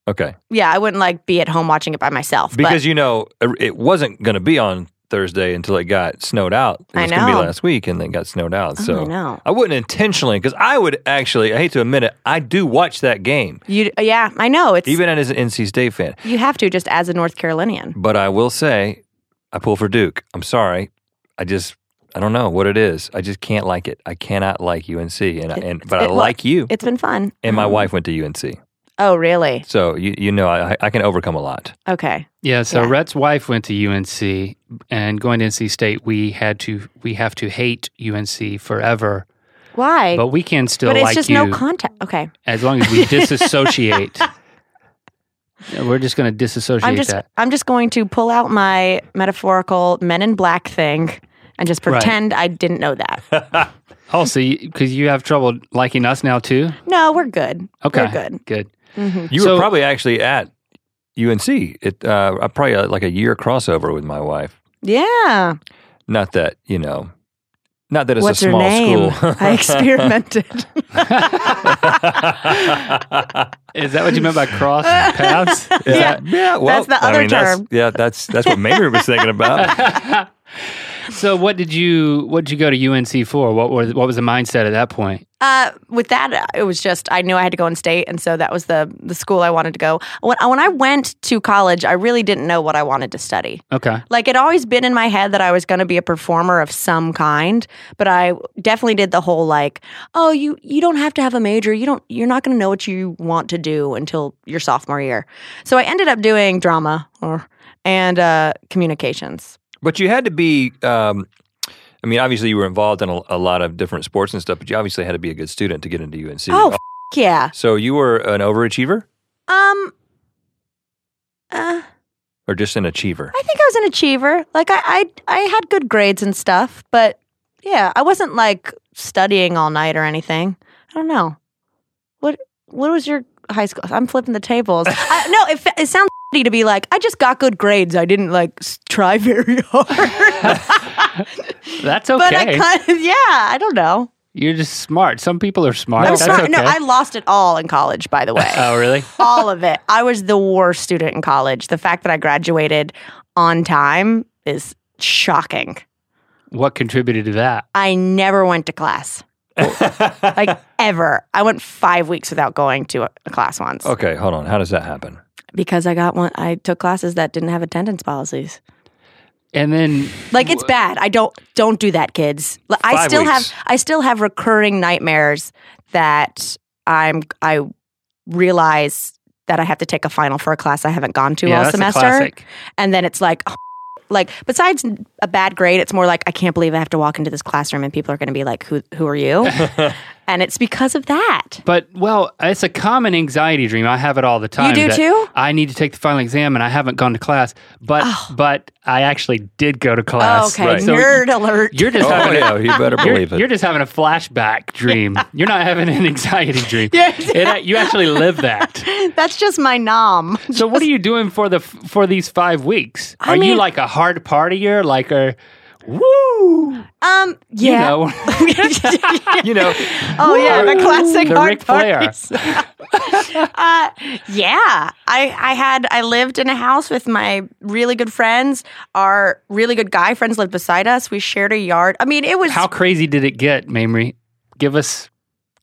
B: Okay,
C: Yeah, I wouldn't like be at home watching it by myself but-
B: because you know er, it wasn't going to be on Thursday until it got snowed out. It
C: I
B: was going to be
C: know.
B: last week, and then it got snowed out.
C: Oh,
B: so
C: I know.
B: I wouldn't intentionally, because I would actually. I hate to admit it, I do watch that game,
C: You yeah, I know it's
B: even as an NC State fan.
C: you have to just as a North Carolinian.
B: But I will say, I pull for Duke. I'm sorry. I just, I don't know what it is. I just can't like it. I cannot like UNC. And, I and but I
C: it- well,
B: like you.
C: It's been fun.
B: and my wife went to UNC.
C: Oh, really?
B: So you, you know, I, I can overcome a lot.
C: Okay.
A: yeah. So
C: Yeah.
A: Rhett's wife went to UNC, and going to NC State, we had to we have to hate UNC forever,
C: Why?
A: but we can still
C: But it's
A: like
C: just
A: you
C: no contact. Okay.
A: as long as we disassociate. Yeah, We're just going to disassociate
C: I'm just
A: that.
C: I'm just going to pull out my metaphorical Men in Black thing and just
A: Right.
C: pretend I didn't know that.
A: Also, because Oh, you have trouble liking us now too.
C: no, we're good.
A: Okay,
C: We're good.
A: Good.
C: hmm
B: You
A: So-
B: were probably actually at UNC. It uh, I probably uh, like a year crossover with my wife.
C: Yeah.
B: Not that you know, not that it's
C: What's
B: a
C: her
B: small
C: name?
B: school.
C: I experimented.
A: Is that what you meant by cross paths?
C: Yeah.
B: yeah. Well,
C: That's the other
B: I mean, that's-
C: term.
B: yeah, that's that's what Mamrie was thinking about.
A: So what did you what did you go to UNC for? What were what was the mindset at that point?
C: Uh, with that, uh, it was just I knew I had to go in state, and so that was the the school I wanted to go. When when I went to college, I really didn't know what I wanted to study.
A: Okay.
C: Like it always been in my head that I was going to be a performer of some kind, but I definitely did the whole like, oh, you you don't have to have a major. You don't you're not going to know what you want to do until your sophomore year. So I ended up doing drama or and uh, communications.
B: But you had to be um, I mean, obviously you were involved in a, a lot of different sports and stuff, but you obviously had to be a good student to get into UNC.
C: Oh, f- yeah.
B: so you were an overachiever
C: Um, uh,
B: or just an achiever?
C: I think I was an achiever. Like I, I, I had good grades and stuff, but yeah, I wasn't like studying all night or anything. I don't know. What What was your high school? I'm flipping the tables. I, no, it, fa- it sounds shitty to be like I just got good grades. I didn't like s- try very hard.
A: That's okay.
C: But I kind of yeah. I don't know.
A: You're just smart. Some people are smart.
C: I'm
A: That's
C: smart.
A: okay.
C: No, I lost it all in college. By the way.
A: oh, really?
C: all of it. I was the worst student in college. The fact that I graduated on time is shocking.
A: What contributed to that?
C: I never went to class, like ever. I went five weeks without going to a, a class once
B: okay, hold on. How does that happen?
C: because I got one. I took classes that didn't have attendance policies.
A: And then
C: Like it's bad. I don't don't do that, kids. Like, I
B: Five
C: still
B: weeks.
C: have I still have recurring nightmares that I'm I realize that I have to take a final for a class I haven't gone to
A: yeah,
C: all
A: that's a
C: semester.
A: classic.
C: and then it's like like besides a bad grade it's more like i can't believe i have to walk into this classroom and people are going to be like who who are you and it's because of that
A: But well, it's a common anxiety dream. I have it all the time.
C: do
A: that
C: too?
A: I need to take the final exam, and I haven't gone to class. But but I actually did go to class.
C: Oh. okay
B: right.
A: So
C: nerd alert
A: You're just
B: Oh,
A: having
B: yeah, you better
A: You're,
B: believe
A: you're
B: it.
A: just having a flashback dream. You're not having an anxiety dream.
C: Yeah,
A: It- uh, you actually live that.
C: that's just my nom
A: So what are you doing for the for these five weeks?
C: I
A: are you
C: mean-
A: like a hard partier? Like a woo?
C: um
A: You
C: yeah
A: know,
B: You know,
C: oh yeah the classic
A: The
C: hard
A: Ric Flair.
C: parties. uh, yeah i i had i lived in a house with my really good friends our really good guy friends lived beside us we shared a yard i mean it was
A: how crazy did it get, Mamrie? Give us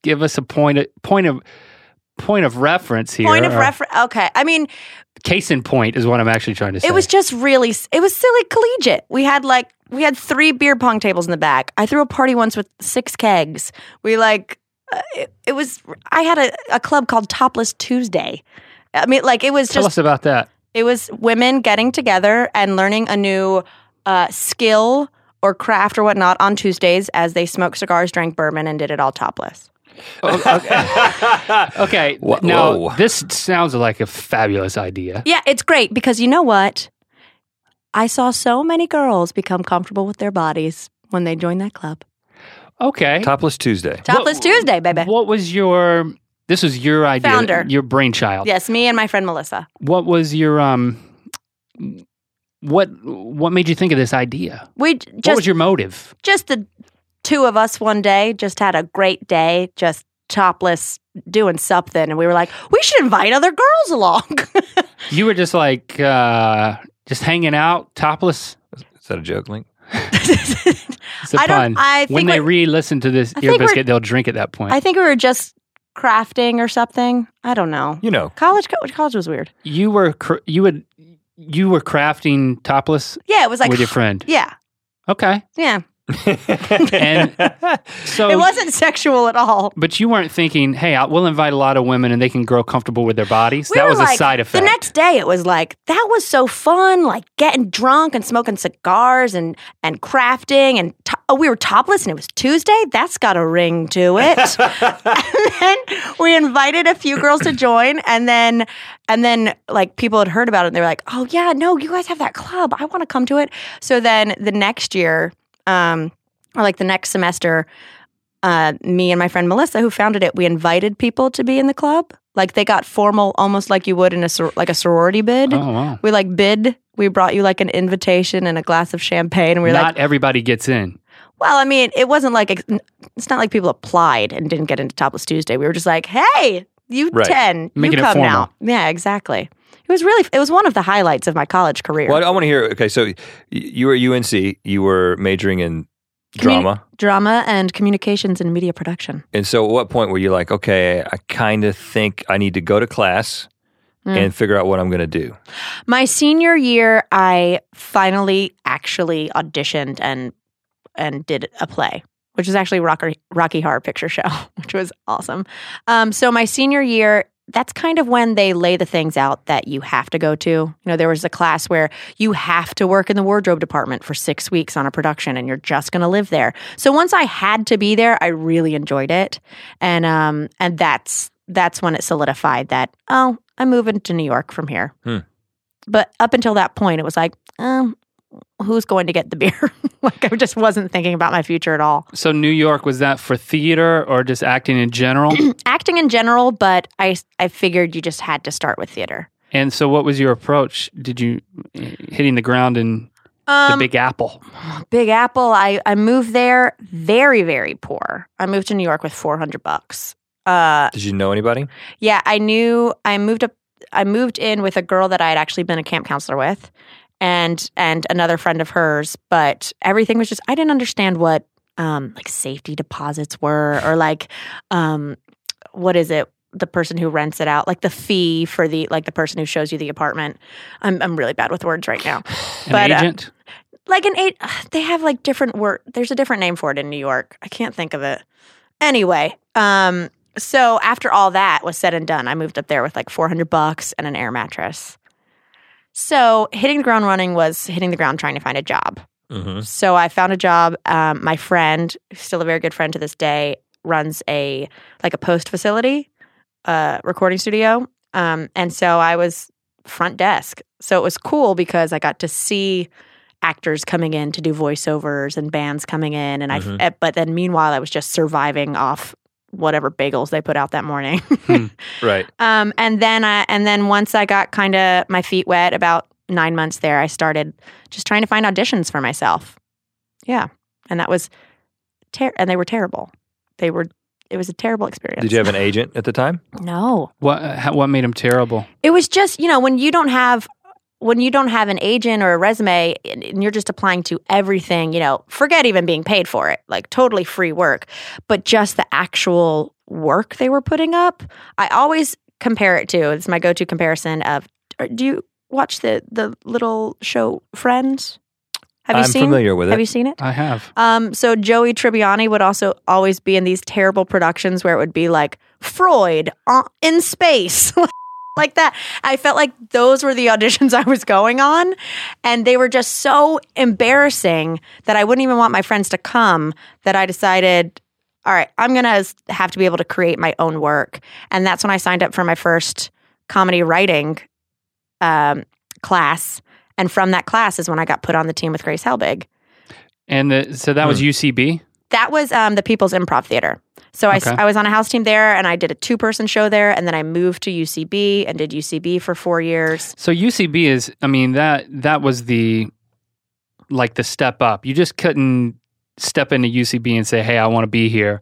A: give us a point of point of point of reference here.
C: point of
A: or
C: reference okay i mean
A: Case in point is what I'm actually trying to say.
C: It was just really, it was silly collegiate. We had like, we had three beer pong tables in the back. I threw a party once with six kegs. We like, uh, it, it was, I had a, a club called Topless Tuesday. I mean, like, it was
A: Tell
C: just,
A: us about that.
C: it was women getting together and learning a new uh, skill or craft or whatnot on Tuesdays as they smoked cigars, drank bourbon, and did it all topless. oh,
A: Okay,
B: Wha-
A: now
B: whoa.
A: this sounds like a fabulous idea.
C: Yeah, it's great because you know what? I saw so many girls become comfortable with their bodies when they joined that club.
A: Okay,
B: Topless Tuesday.
C: Topless
A: What-
C: Tuesday, baby.
A: What was your? This was your idea,
C: Founder.
A: your brainchild.
C: Yes, me and my friend Melissa.
A: What was your um? What what made you think of this idea?
C: We j-
A: what
C: just
A: was your motive?
C: just the two of us one day just had a great day, just topless doing something, and we were like, we should invite other girls along.
A: You were just like uh just hanging out, topless.
B: Is that a joke, Link?
A: It's a
C: I
A: pun.
C: don't. I think
A: when they
C: we-
A: re-listen to this
C: I
A: ear
C: think we're-
A: biscuit, they'll drink at that point.
C: I think we were just crafting or something. I don't know.
B: You know,
C: College co- college was weird.
A: you were cr- you would you were crafting topless
C: Yeah, it was like
A: with your friend.
C: yeah,
A: Okay,
C: yeah.
A: and so
C: it wasn't sexual at all.
A: But you weren't thinking, hey, I- we'll invite a lot of women and they can grow comfortable with their bodies.
C: We
A: that
C: were
A: was a
C: like-
A: side effect.
C: The next day, it was like that was so fun, like getting drunk and smoking cigars and and crafting and to- oh, we were topless and it was Tuesday. That's got a ring to it. and then we invited a few girls to join, and then and then like people had heard about it. and They were like, oh yeah, no, you guys have that club. I want to come to it. So then the next year, um, or like the next semester, uh, me and my friend Melissa, who founded it, we invited people to be in the club. Like they got formal, almost like you would in a sor- like a sorority bid.
A: oh, wow.
C: We like bid. We brought you like an invitation and a glass of champagne, and we were
A: Not
C: like,
A: everybody gets in.
C: "Well, I mean, it wasn't like ex- it's not like people applied and didn't get into Topless Tuesday. We were just like, hey, you
B: Right.
C: ten,
A: Making it
C: you come
A: formal.
C: now. Yeah, exactly. It was really it was one of the highlights of my college career.
B: well, I want to hear. Okay, so y- you were at UNC. You were majoring in
C: Communi-
B: drama.
C: Drama and communications and media production.
B: And so, at what point were you like, okay, I kind of think I need to go to class
C: Mm.
B: and figure out what I'm going to do?
C: My senior year, I finally actually auditioned and and did a play, which was actually Rocky Rocky Horror Picture Show, which was awesome. Um, so my senior year, that's kind of when they lay the things out that you have to go to. You know, there was a class where you have to work in the wardrobe department for six weeks on a production and you're just going to live there. So once I had to be there, I really enjoyed it. And, um, and that's, that's when it solidified that, oh, I'm moving to New York from here.
B: Hmm.
C: But up until that point, it was like, um, who's going to get the beer? like I just wasn't thinking about my future at all.
A: So New York was that for theater or just acting in general?
C: Acting in general, but I, I figured you just had to start with theater.
A: and so, what was your approach? Did you eh, hitting the ground in the
C: Um,
A: Big Apple?
C: Big Apple, I, I moved there very, very poor. I moved to New York with 400 bucks. Uh,
B: Did you know anybody?
C: yeah, I knew I moved up, I moved in with a girl that I had actually been a camp counselor with and, and another friend of hers, but everything was just, I didn't understand what, um, like safety deposits were or like, um, what is it? The person who rents it out, like the fee for the, like the person who shows you the apartment. I'm, I'm really bad with words right now
A: An
C: but, uh,
A: agent?
C: like an eight they have like different word there's a different name for it in new york i can't think of it anyway um so after all that was said and done i moved up there with like 400 bucks and an air mattress so hitting the ground running was hitting the ground trying to find a job
B: Mm-hmm.
C: so I found a job. Um, my friend, who's still a very good friend to this day, runs a like a post facility, uh, recording studio. Um, and so I was front desk. So it was cool because I got to see actors coming in to do voiceovers and bands coming in, and I.
B: Mhm.
C: eh, But then meanwhile, I was just surviving off whatever bagels they put out that morning.
B: Right.
C: Um, and then I, and then once I got kind of my feet wet, about nine months there, I started just trying to find auditions for myself. Yeah, and that was, ter- and they were terrible. They were. It was a terrible experience.
B: Did you have an agent at the time?
C: No,
A: What how, what made him terrible?
C: it was just you know when you don't have when you don't have an agent or a resume and, and you're just applying to everything you know forget even being paid for it like totally free work but just the actual work they were putting up i always compare it to it's my go-to comparison of uh, do you watch the the little show friends have you
B: I'm
C: seen
B: familiar with it.
C: have you seen it
A: I have.
C: um, so Joey Tribbiani would also always be in these terrible productions where it would be like Freud uh, in space. Like that. I felt like those were the auditions I was going on. And they were just so embarrassing that I wouldn't even want my friends to come that I decided, all right, I'm going to have to be able to create my own work. And that's when I signed up for my first comedy writing um, class. And from that class is when I got put on the team with Grace Helbig
A: And the, so that was UCB.
C: that was um, the People's Improv Theater. So I, s-
A: Okay.
C: I was on a house team there and I did a two person show there. And then I moved to UCB and did UCB for four years.
A: So UCB is. I mean that that was the like the step up. You just couldn't step into UCB and say, "Hey, I want to be here."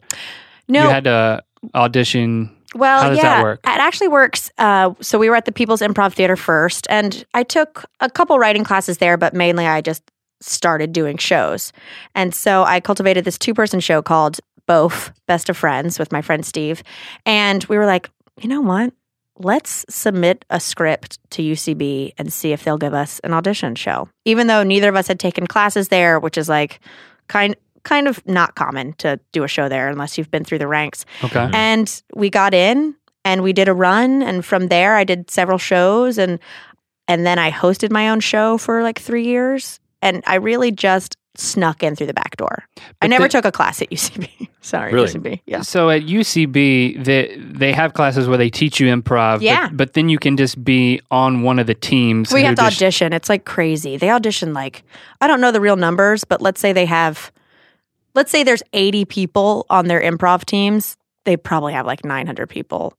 C: No,
A: You had to audition.
C: Well,
A: How does
C: yeah,
A: that work?
C: it actually works. Uh, so we were at the People's Improv Theater first, and I took a couple writing classes there, but mainly I just started doing shows. And so I cultivated this two person show called Both Best of Friends with my friend Steve. And we were like, you know what? Let's submit a script to UCB and see if they'll give us an audition show. Even though neither of us had taken classes there, which is like kind kind of not common to do a show there unless you've been through the ranks.
A: Okay.
C: And we got in and we did a run and from there I did several shows and and then I hosted my own show for like 3 years and I really just snuck in through the back door. I
A: But
C: never
A: the-
C: took a class at UCB. Sorry,
B: Really?
C: UCB. Yeah.
A: So at UCB, they they have classes where they teach you improv. but-
C: Yeah.
A: But, then you can just be on one of the teams.
C: we
A: who
C: have to
A: just-
C: audition. It's like crazy. They audition like I don't know the real numbers, but let's say they have let's say there's 80 people on their improv teams, they probably have like 900 people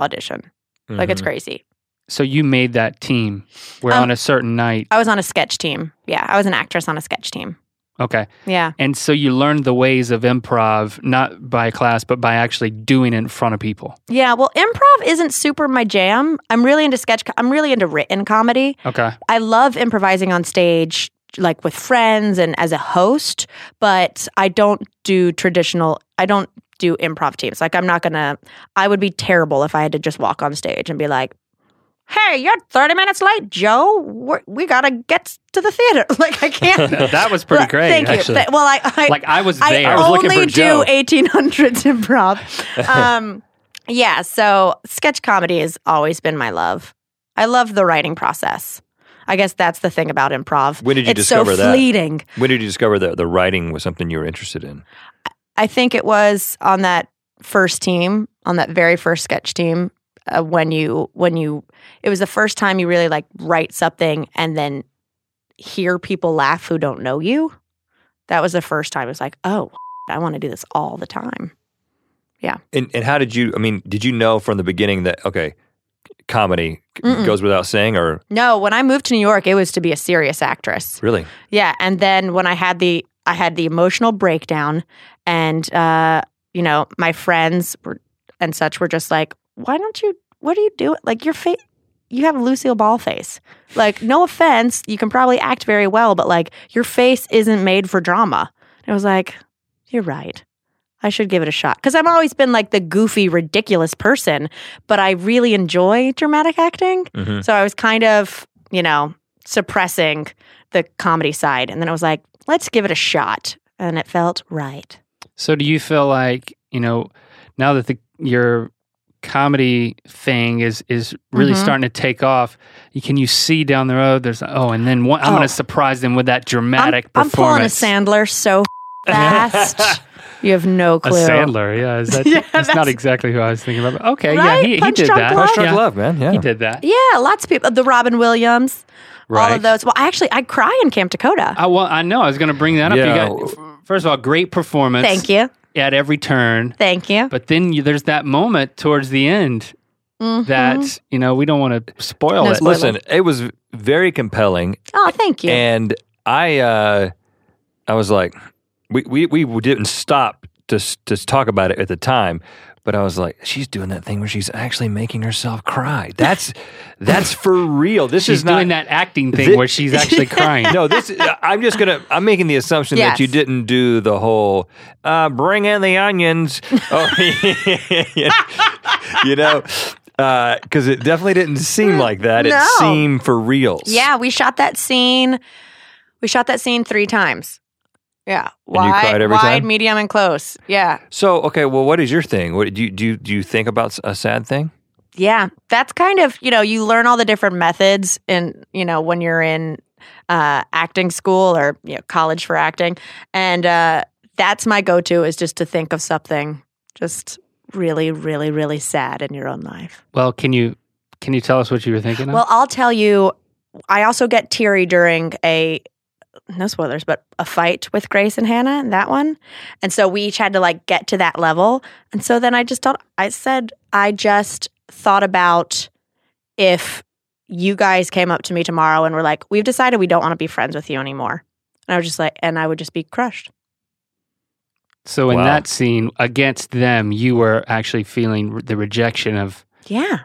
C: audition. Like it's
A: Mm-hmm.
B: Mhm.
C: crazy.
A: So you made that team where
C: Um,
A: on a certain night.
C: I was on a sketch team. Yeah, I was an actress on a sketch team.
A: Okay.
C: Yeah.
A: And so you learned the ways of improv, not by class, but by actually doing it in front of people.
C: Yeah, well, improv isn't super my jam. I'm really into sketch. Co- I'm really into written comedy.
A: Okay.
C: I love improvising on stage, like with friends and as a host. But I don't do traditional. I don't do improv teams. Like I'm not gonna. I would be terrible if I had to just walk on stage and be like, "Hey, you're 30 minutes late, Joe. We're, we gotta get to the theater." Like I can't.
A: that was pretty great.
C: Thank
A: actually.
C: you. Th- Well, I, I
A: Like I was
C: I
A: there.
B: was looking
C: only
B: for Joe.
C: do 1800s improv. Um, Yeah, so sketch comedy has always been my love. I love the writing process. I guess that's the thing about improv.
B: Mm-hmm. When did you
C: it's
B: discover
C: so
B: that?
C: fleeting.
B: When did you discover that the writing was something you were interested in?
C: I think it was on that first team, on that very first sketch team, uh, when you when you it was the first time you really like write something and then hear people laugh who don't know you. That was the first time. It was like, oh, I want to do this all the time.
B: And and how did you? I mean, did you know from the beginning that okay, comedy c-
C: Mm-mm.
B: goes without saying, or
C: No, when I moved to New York, it was to be a serious actress.
B: really?
C: Yeah, and then when I had the I had the emotional breakdown, and uh, you know my friends were, and such were just like, "Why don't you? What do you do? Like your face, you have a Lucille Ball face. Like no offense, you can probably act very well, but like your face isn't made for drama." And I was like, "You're right." I should give it a shot because I've always been like the goofy, ridiculous person, but I really enjoy dramatic acting.
A: Hmm.
B: Mm-hmm.
C: So I was kind of, you know, suppressing the comedy side. And then I was like, let's give it a shot. And it felt right.
A: So do you feel like you know now that the your comedy thing is is really
C: Mhm.
A: starting to take off? you- Can you see down the road? There's oh, and then one, I'm
C: Oh.
A: going to surprise them with that
C: I'm,
A: dramatic
C: I'm pulling a
A: performance.
C: Sandler so fast. you have no
A: A
C: clue.
A: Sandler, yeah, is that,
C: Yeah,
A: that's, not
C: that's-
A: exactly who I was thinking about. but Okay, yeah,
C: Right?
A: he, he
C: Punch
A: did
C: Drunk
A: that.
C: Love? Punch
B: Drunk
A: yeah,
B: love, man. Yeah.
A: He did that.
C: Yeah, lots of people. The Robin Williams,
A: Right. Oh,
C: all of those. Well, actually, I cry in Camp Dakota.
A: I, well, I know I was going to bring that up.
B: Yeah.
A: You got, first of all, great performance.
C: Thank you.
A: At every turn,
C: Thank you.
A: but then you, there's that moment towards the end
C: Mhm.
A: that you know we don't want to spoil
C: No
A: it.
C: spoil-
B: Listen, it was very compelling,
C: Oh, thank you.
B: and I uh, I was like, we, we we didn't stop to s- to talk about it at the time, but I was like, she's doing that thing where she's actually making herself cry. That's that's for real. This
A: She's
B: is not
A: doing that acting thing
B: Thi-
A: where she's actually crying.
B: no, this. I'm just gonna. I'm making the assumption that you
C: Yes.
B: didn't do the whole uh, "bring in the onions," oh, you know, because it definitely didn't seem like that.
C: No.
B: It seemed for reals.
C: yeah, we shot that scene. We shot that scene three times. Yeah.
B: you cried every
C: wide,
B: time?
C: medium, and close. Yeah.
B: So okay, well, what is your thing? What do you do? You, do you think about s- a sad thing?
C: Yeah, that's kind of you know you learn all the different methods in you know when you're in uh, acting school or you know, college for acting, and uh, that's my go-to is just to think of something just really, really, really sad in your own life.
A: Well, can you can you tell us what you were thinking? of?
C: Well, I'll tell you, I also get teary during a no spoilers, but a fight with Grace and Hannah and that one, and so we each had to like get to that level, and so then I just don't. I said I just thought about if you guys came up to me tomorrow and were like, "We've decided we don't want to be friends with you anymore," and I was just like, and I would just be crushed.
A: so in
B: Wow.
A: that scene against them, you were actually feeling the rejection of.
C: Yeah.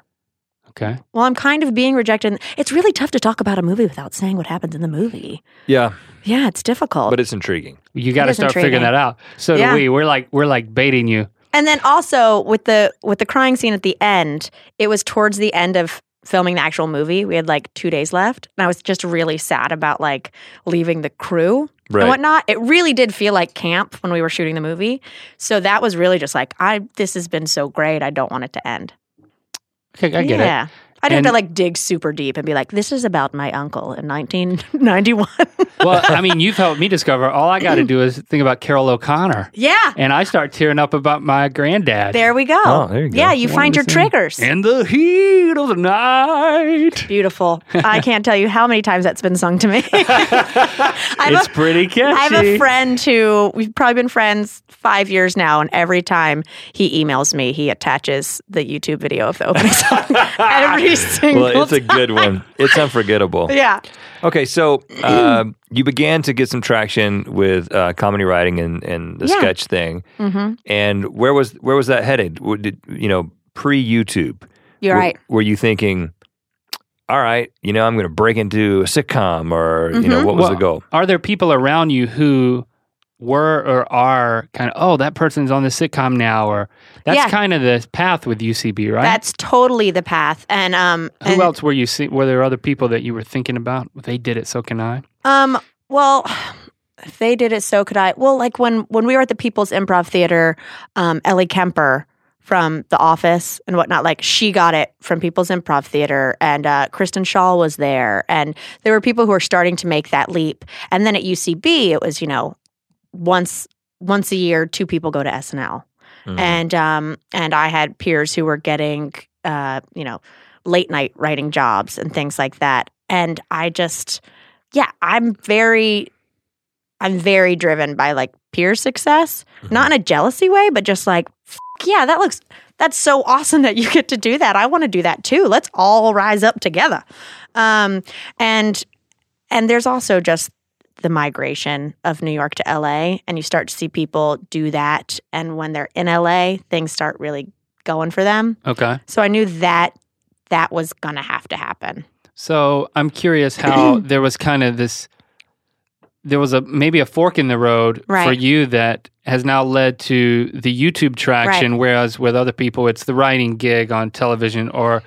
A: Okay,
C: Well, I'm kind of being rejected. It's really tough to talk about a movie without saying what happens in the movie.
B: Yeah,
C: Yeah, it's difficult.
B: but it's intriguing.
A: you got to
C: is
A: start figuring
C: intriguing.
A: that out. So
C: Yeah.
A: do we. We're like we're like baiting you.
C: And then also with the with the crying scene at the end, it was towards the end of filming the actual movie. We had like two days left, and I was just really sad about like leaving the crew
B: Right.
C: and whatnot. It really did feel like camp when we were shooting the movie. So that was really just like I this has been so great. I don't want it to end.
A: Okay, I get it.
C: yeah. I didn't have
A: And-
C: to like dig super deep and be like, this is about my uncle in 1991.
A: Well, I mean, you've helped me discover. All I got to do is think about Carol O'Connor,
C: yeah.
A: and I start tearing up about my granddad.
C: There we go.
B: Oh, there you go.
C: Yeah, you find your
A: Wonderful.
C: triggers.
A: in the heat of the night.
C: Beautiful. I can't tell you how many times that's been sung to me. I'm
A: it's
C: a,
A: pretty catchy.
C: I have a friend who we've probably been friends five years now, and every time he emails me, he attaches the YouTube video of the opening song every single
B: Well, it's a
C: time.
B: good one. It's unforgettable.
C: yeah.
B: Okay, so uh, you began to get some traction with uh, comedy writing and, and the
C: Yeah.
B: sketch thing.
C: Mm-hmm.
B: And where was where was that headed? What Did, you know, pre YouTube.
C: You're right.
B: Were you thinking, all right, you know, I'm going to break into a sitcom, or you know,
C: Mhm.
B: what was
A: Well,
B: the goal?
A: Are there people around you who were or are kind of, oh, that person's on the sitcom now, or that's
C: Yeah.
A: kind of the path with UCB, right?
C: That's totally the path. And um,
A: who
C: and-
A: else were you see? Were there other people that you were thinking about? They did it, so can I.
C: Um, well, if they did it, so could I. Well, like when when we were at the People's Improv Theater, um, Ellie Kemper from The Office and whatnot. Like she got it from People's Improv Theater, and uh, Kristen Shaw was there, and there were people who were starting to make that leap. And then at UCB, it was you know once once a year, two people go to SNL,
B: Mhm.
C: and um and I had peers who were getting uh you know late night writing jobs and things like that, and I just yeah I'm very I'm very driven by like peer success,
B: Mm-hmm.
C: not in a jealousy way, but just like F- yeah that looks that's so awesome that you get to do that. I want to do that too. Let's all rise up together, um and and there's also just the migration of New York to LA and you start to see people do that and when they're in LA things start really going for them.
A: Okay.
C: So I knew that that was going to have to happen.
A: So I'm curious how there was kind of this, there was a maybe a fork in the road for
C: Right.
A: you that has now led to the YouTube traction, whereas with other people it's the writing gig on television or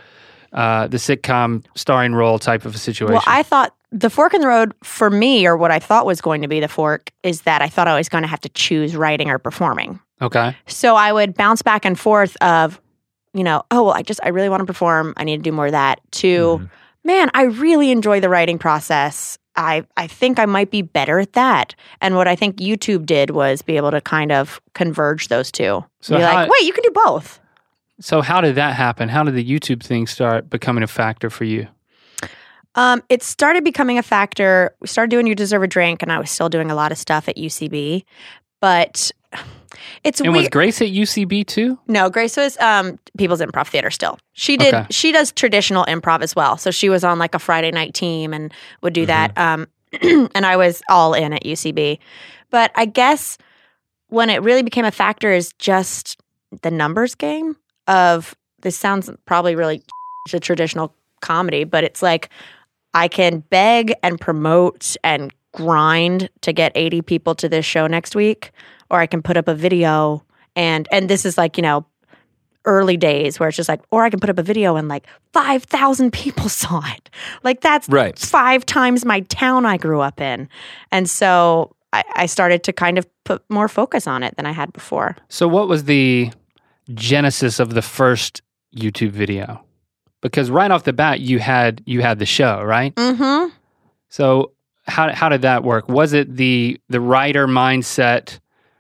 A: uh, the sitcom starring role type of a situation.
C: Well, I thought the fork in the road for me or what I thought was going to be the fork is that I thought I was going to have to choose writing or performing.
A: okay.
C: So I would bounce back and forth of, you know, oh, well, I just, I really want to perform. I need to do more of that. To,
A: Mm-hmm.
B: Mhm.
C: man, I really enjoy the writing process. I, I think I might be better at that. And what I think YouTube did was be able to kind of converge those two.
A: So
C: be
A: how-
C: like, wait, you can do both.
A: So how did that happen? How did the YouTube thing start becoming a factor for you?
C: Um, it started becoming a factor. We started doing You Deserve a Drink, and I was still doing a lot of stuff at UCB. But it's
A: And was
C: weird.
A: Grace at UCB too?
C: no, Grace was um, People's Improv Theater still. She did.
A: Okay.
C: She does traditional improv as well. So she was on like a Friday night team and would do that. Um, and I was all in at UCB. But I guess when it really became a factor is just the numbers game of this sounds probably really to traditional comedy, but it's like I can beg and promote and grind to get 80 people to this show next week or I can put up a video and and this is like, you know, early days where it's just like or I can put up a video and like 5,000 people saw it. Like that's
B: Right.
C: five times my town I grew up in. And so I, I started to kind of put more focus on it than I had before.
A: So what was the genesis of the first YouTube video? Because right off the bat you had you had the show, right?
C: Mm-hmm.
A: So how how did that work? Was it the the writer mindset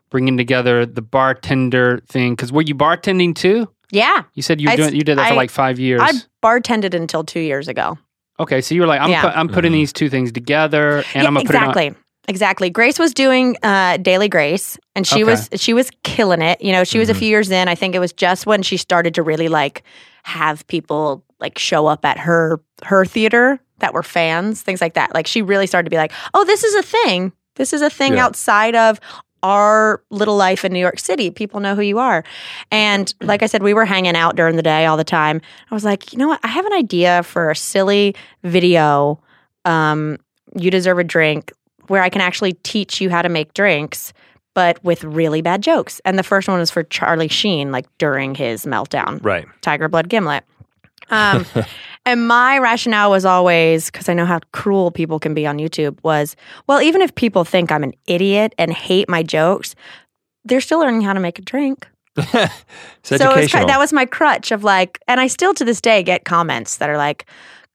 A: bringing together the bartender thing cuz were you bartending too?
C: Yeah.
A: You said you
C: I
A: were doing,
C: s-
A: you did that for
C: I-
A: like 5 years.
C: I bartended until two years ago.
A: okay, so you were like I'm
C: Yeah.
A: pu- I'm putting
B: Mhm.
A: these two things together and
C: Yeah,
A: I'm going to put it on
C: exactly. Exactly. Grace was doing uh, Daily Grace, and she
A: Okay. Mm-hmm.
C: was she was killing it. You know, she was a few years in. I think it was just when she started to really like have people like show up at her her theater that were fans, things like that. Like she really started to be like, oh, this is a thing. This is a thing
B: Yeah.
C: outside of our little life in New York City. People know who you are. And like I said, we were hanging out during the day all the time. I was like, you know what? I have an idea for a silly video. Um, you deserve a drink where I can actually teach you how to make drinks, but with really bad jokes. And the first one was for Charlie Sheen, like during his meltdown.
B: Right.
C: Tiger Blood Gimlet. Um, and my rationale was always because I know how cruel people can be on YouTube was well, even if people think I'm an idiot and hate my jokes, they're still learning how to make a drink.
B: It's
C: so it was
B: educational.
C: kind that was my crutch of like, and I still to this day get comments that are like,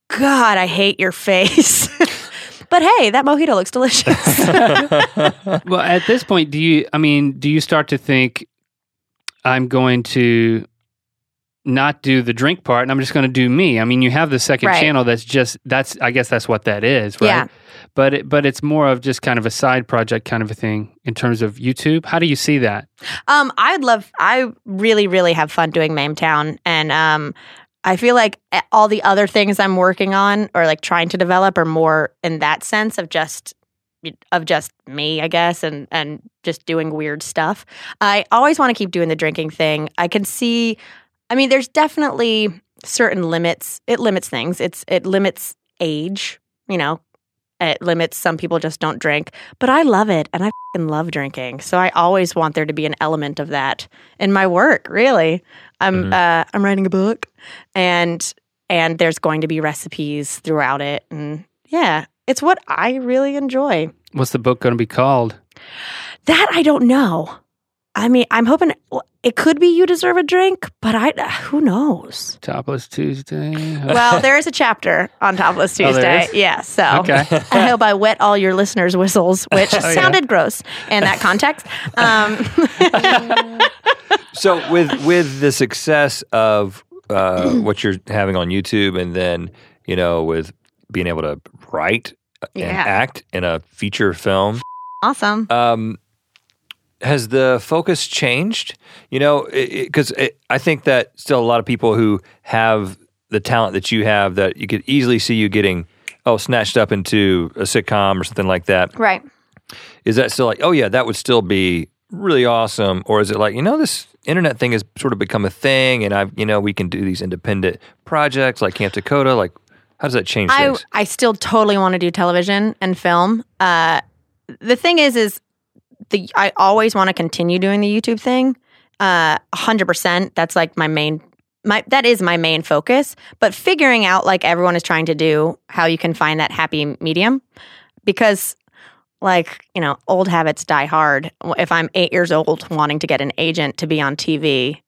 C: God, I hate your face. but hey, that mojito looks delicious.
A: well at this point do you i mean do you start to think i'm going to not do the drink part and i'm just going to do me i mean you have the second
C: Right.
A: channel that's just that's i guess that's what that is right
C: Yeah.
A: but it, but it's more of just kind of a side project kind of a thing in terms of youtube how do you see that
C: Um, I'd love. I really, really have fun doing Mametown, and um, I feel like eh, all the other things I'm working on or like trying to develop are more in that sense of just of just me, I guess, and and just doing weird stuff. I always want to keep doing the drinking thing. I can see. I mean, there's definitely certain limits. It limits things. It's it limits age. You know. It limits some people just don't drink, but I love it and I and love drinking. So I always want there to be an element of that in my work, really. I'm
A: Mm-hmm.
B: Mhm.
C: uh, I'm writing a book and and there's going to be recipes throughout it and yeah, it's what I really enjoy.
A: what's the book going to be called
C: That I don't know. I mean, I'm hoping it could be you deserve a drink, but I uh, who knows.
A: Topless Tuesday.
C: Well, there is a chapter on Topless
A: Oh, there
C: Tuesday.
A: is?
C: yeah, so
A: Okay. Oh,
C: I hope I wet all your listeners' whistles, which
A: yeah.
C: sounded gross in that context. Um,
B: So with with the success of uh, what you're having on YouTube, and then you know with being able to write uh, and
C: Yeah.
B: act in a feature film,
A: Uh,
C: awesome.
B: um, has the focus changed? You know, because I think that still a lot of people who have the talent that you have that you could easily see you getting oh snatched up into a sitcom or something like that
C: Right.
B: is that still like, oh yeah, that would still be really awesome, or is it like, you know, this internet thing has sort of become a thing, and I've, you know, we can do these independent projects like Camp Dakota. Like, how does that change
C: I
B: things?
C: I still totally want to do television and film. Uh, the thing is, is the I always want to continue doing the YouTube thing. Uh, A hundred percent. That's like my main. My, that is my main focus, but figuring out like everyone is trying to do how you can find that happy medium because like you know old habits die hard if i'm eight years old wanting to get an agent to be on tv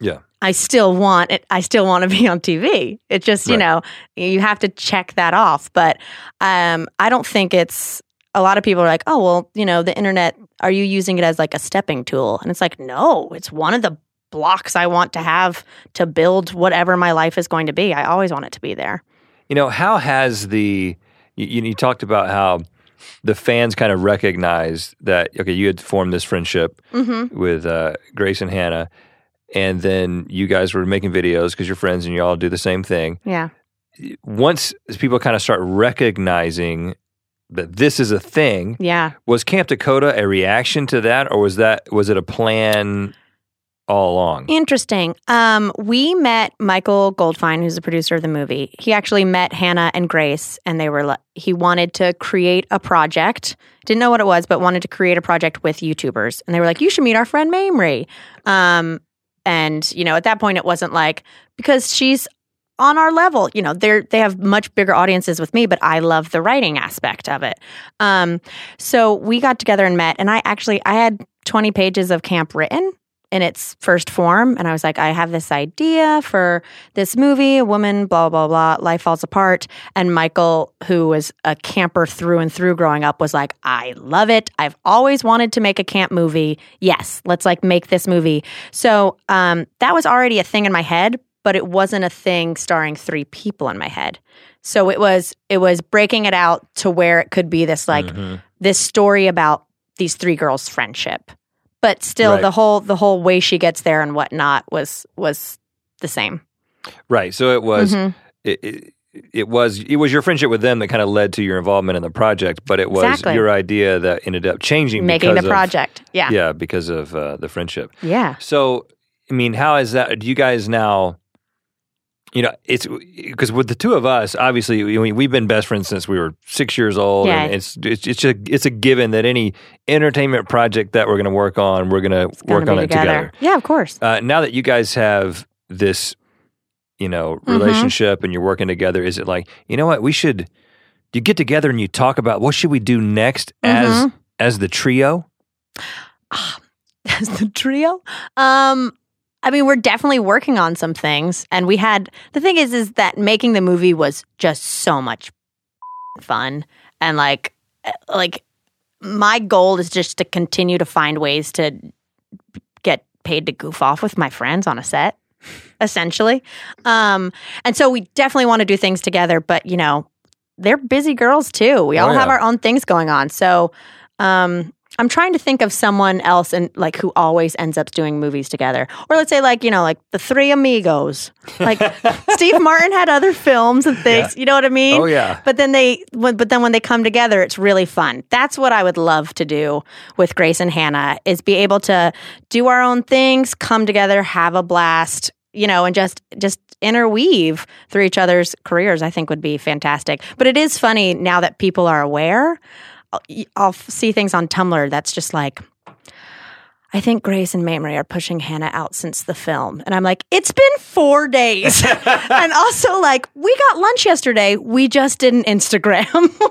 B: Yeah.
C: i still want it i still want to be on tv it just you
B: Right.
C: know you have to check that off but um i don't think it's a lot of people are like oh well you know the internet are you using it as like a stepping tool and it's like no it's one of the blocks i want to have to build whatever my life is going to be i always want it to be there
B: You know, how has the you, you talked about how the fans kind of recognized that okay, you had formed this friendship
C: mm-hmm
B: with uh, Grace and Hannah, and then you guys were making videos because you're friends and you all do the same thing.
C: yeah
B: once people kind of start recognizing that this is a thing,
C: yeah
B: was Camp Dakota a reaction to that, or was that was it a plan all along?
C: Interesting. Um, we met Michael Goldfine, who's the producer of the movie. He actually met Hannah and Grace, and they were. li- He wanted to create a project. Didn't know what it was, but wanted to create a project with YouTubers, and they were like, "You should meet our friend Mamrie." Um, and you know, at that point, it wasn't like because she's on our level. You know, they're they have much bigger audiences with me, but I love the writing aspect of it. Um, so we got together and met, and I actually I had twenty pages of camp written in its first form. And I was like, I have this idea for this movie, a woman, blah, blah, blah, life falls apart. And Michael, who was a camper through and through growing up, was like, I love it. I've always wanted to make a camp movie. Yes, let's like make this movie. So um, that was already a thing in my head, but it wasn't a thing starring three people in my head. So it was it was breaking it out to where it could be this like
B: Mhm.
C: this story about these three girls' friendship, but still
B: Right.
C: the whole the whole way she gets there and whatnot was was the same.
B: right. So it was
C: Mhm.
B: it, it, it was it was your friendship with them that kind of led to your involvement in the project, but it was
C: Exactly.
B: your idea that ended up changing
C: making the
B: because of-
C: project. Yeah. yeah,
B: yeah, because of uh, the friendship. So, I mean, how is that? Do you guys now? You know, it's because with the two of us, obviously, we, we've been best friends since we were six years old, and
C: Yeah.
B: it's it's it's a, it's a given that any entertainment project that we're going to work on, we're going to
C: Gonna
B: work on
C: be
B: it together.
C: Yeah, of course.
B: Uh, now that you guys have this, you know,
C: Mm-hmm.
B: relationship and you're working together, is it like you know what we should? You get together and you talk about what should we do next as
C: Mhm.
B: as the trio.
C: Ah, as the trio. Um, I mean, we're definitely working on some things, and we had the thing is, is that making the movie was just so much fun, and like, eh, like my goal is just to continue to find ways to get paid to goof off with my friends on a set, essentially. Um, and so we definitely want to do things together, but you know, they're busy girls too. We
B: Oh,
C: all have
B: yeah.
C: our own things going on, so. Um, I'm trying to think of someone else and like who always ends up doing movies together. Or let's say like, you know, like the three amigos. Like Steve Martin had other films and things. You know what I mean?
B: Oh yeah,
C: But then they when, but then when they come together, it's really fun. That's what I would love to do with Grace and Hannah is be able to do our own things, come together, have a blast, you know, and just just interweave through each other's careers. I think would be fantastic. But it is funny now that people are aware. I'll, I'll see things on Tumblr that's just like I I think Grace and Mamrie are pushing Hannah out since the film. And I'm like, it's been four days. and also, like, we got lunch yesterday. We just didn't Instagram.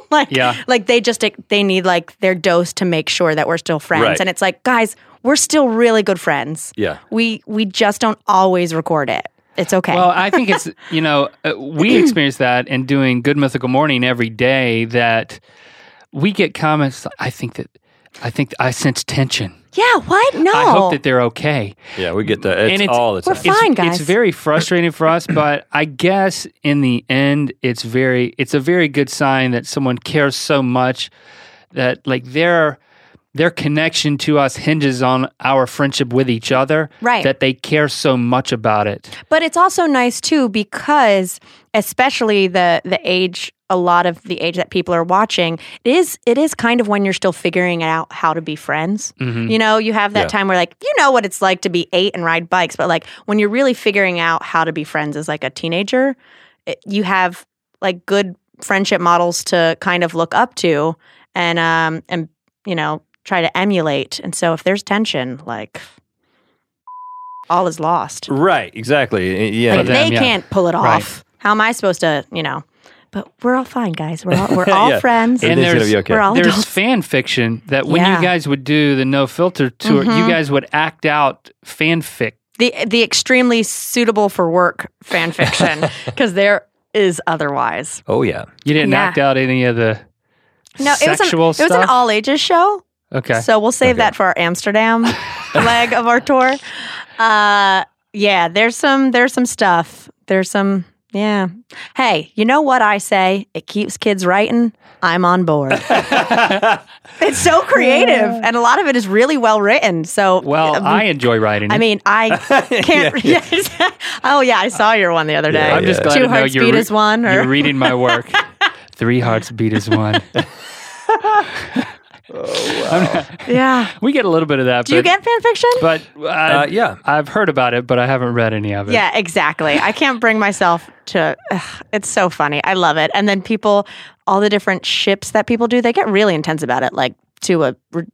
C: like,
A: Yeah.
C: like they just, they need like their dose to make sure that we're still friends.
B: Right.
C: And it's like, guys, we're still really good friends.
B: Yeah.
C: We, we just don't always record it. It's okay.
A: Well, I think it's you know uh, we experience that in doing Good Mythical Morning every day that we get comments. I think that I think I sense tension.
C: yeah. What? No.
A: I hope that they're okay.
B: Yeah, we get that. It's,
A: And it's-
B: all the
C: We're
B: time.
C: Oh. fine.
A: it's,
C: guys.
A: It's very frustrating for us, but I guess in the end, it's very it's a very good sign that someone cares so much that like their their connection to us hinges on our friendship with each other.
C: Right.
A: That they care so much about it.
C: But it's also nice too because especially the the age a lot of the age that people are watching it is it is kind of when you're still figuring out how to be friends.
A: Mhm.
C: You know, you have that
B: Yeah.
C: time where like you know what it's like to be 8 and ride bikes, but like when you're really figuring out how to be friends as like a teenager, it, you have like good friendship models to kind of look up to and um and you know try to emulate. And so if there's tension, like all is lost.
B: Right, exactly. Yeah.
A: But
C: Like
A: them,
C: they
A: yeah.
C: can't pull it off.
A: Right.
C: How am I supposed to, you know? But we're all fine, guys. We're all we're all
B: Yeah.
C: friends.
A: And
B: Everything's gonna
A: there's-
B: be okay.
C: We're all
A: There's
C: adults.
A: fan fiction that when
C: Yeah.
A: you guys would do the no filter tour, you
C: Mhm.
A: guys would act out fanfic.
C: The the extremely suitable for work fan fiction because there is otherwise.
B: oh yeah.
A: You didn't
C: Yeah.
A: act out any of the
C: No, it was an
A: sexual
C: it was an
A: stuff?
C: all ages show.
A: okay.
C: So we'll save
B: Okay.
C: that for our Amsterdam leg of our tour. Uh, yeah, there's some there's some stuff. There's some yeah. Hey, you know what I say? It keeps kids writing. I'm on board. It's so creative, and a lot of it is really well written. So,
A: well,
C: um,
A: I enjoy writing.
C: I
A: it.
C: mean, I can't. yes. oh yeah, I saw your one the other day.
B: Yeah,
A: I'm just glad
C: Two
A: to know
C: hearts
A: you're,
C: beat
A: re-
C: as one, or-
A: you're reading my work. Three hearts beat as one.
C: yeah.
A: We get a little bit of that.
C: Do you
A: but,
C: get fan fiction?
A: But I,
B: Uh, yeah.
A: I've heard about it, but I haven't read any of it.
C: Yeah, exactly. I can't bring myself to. ugh, it's so funny. I love it. And then people, all the different ships that people do, they get really intense about it, like to a ri-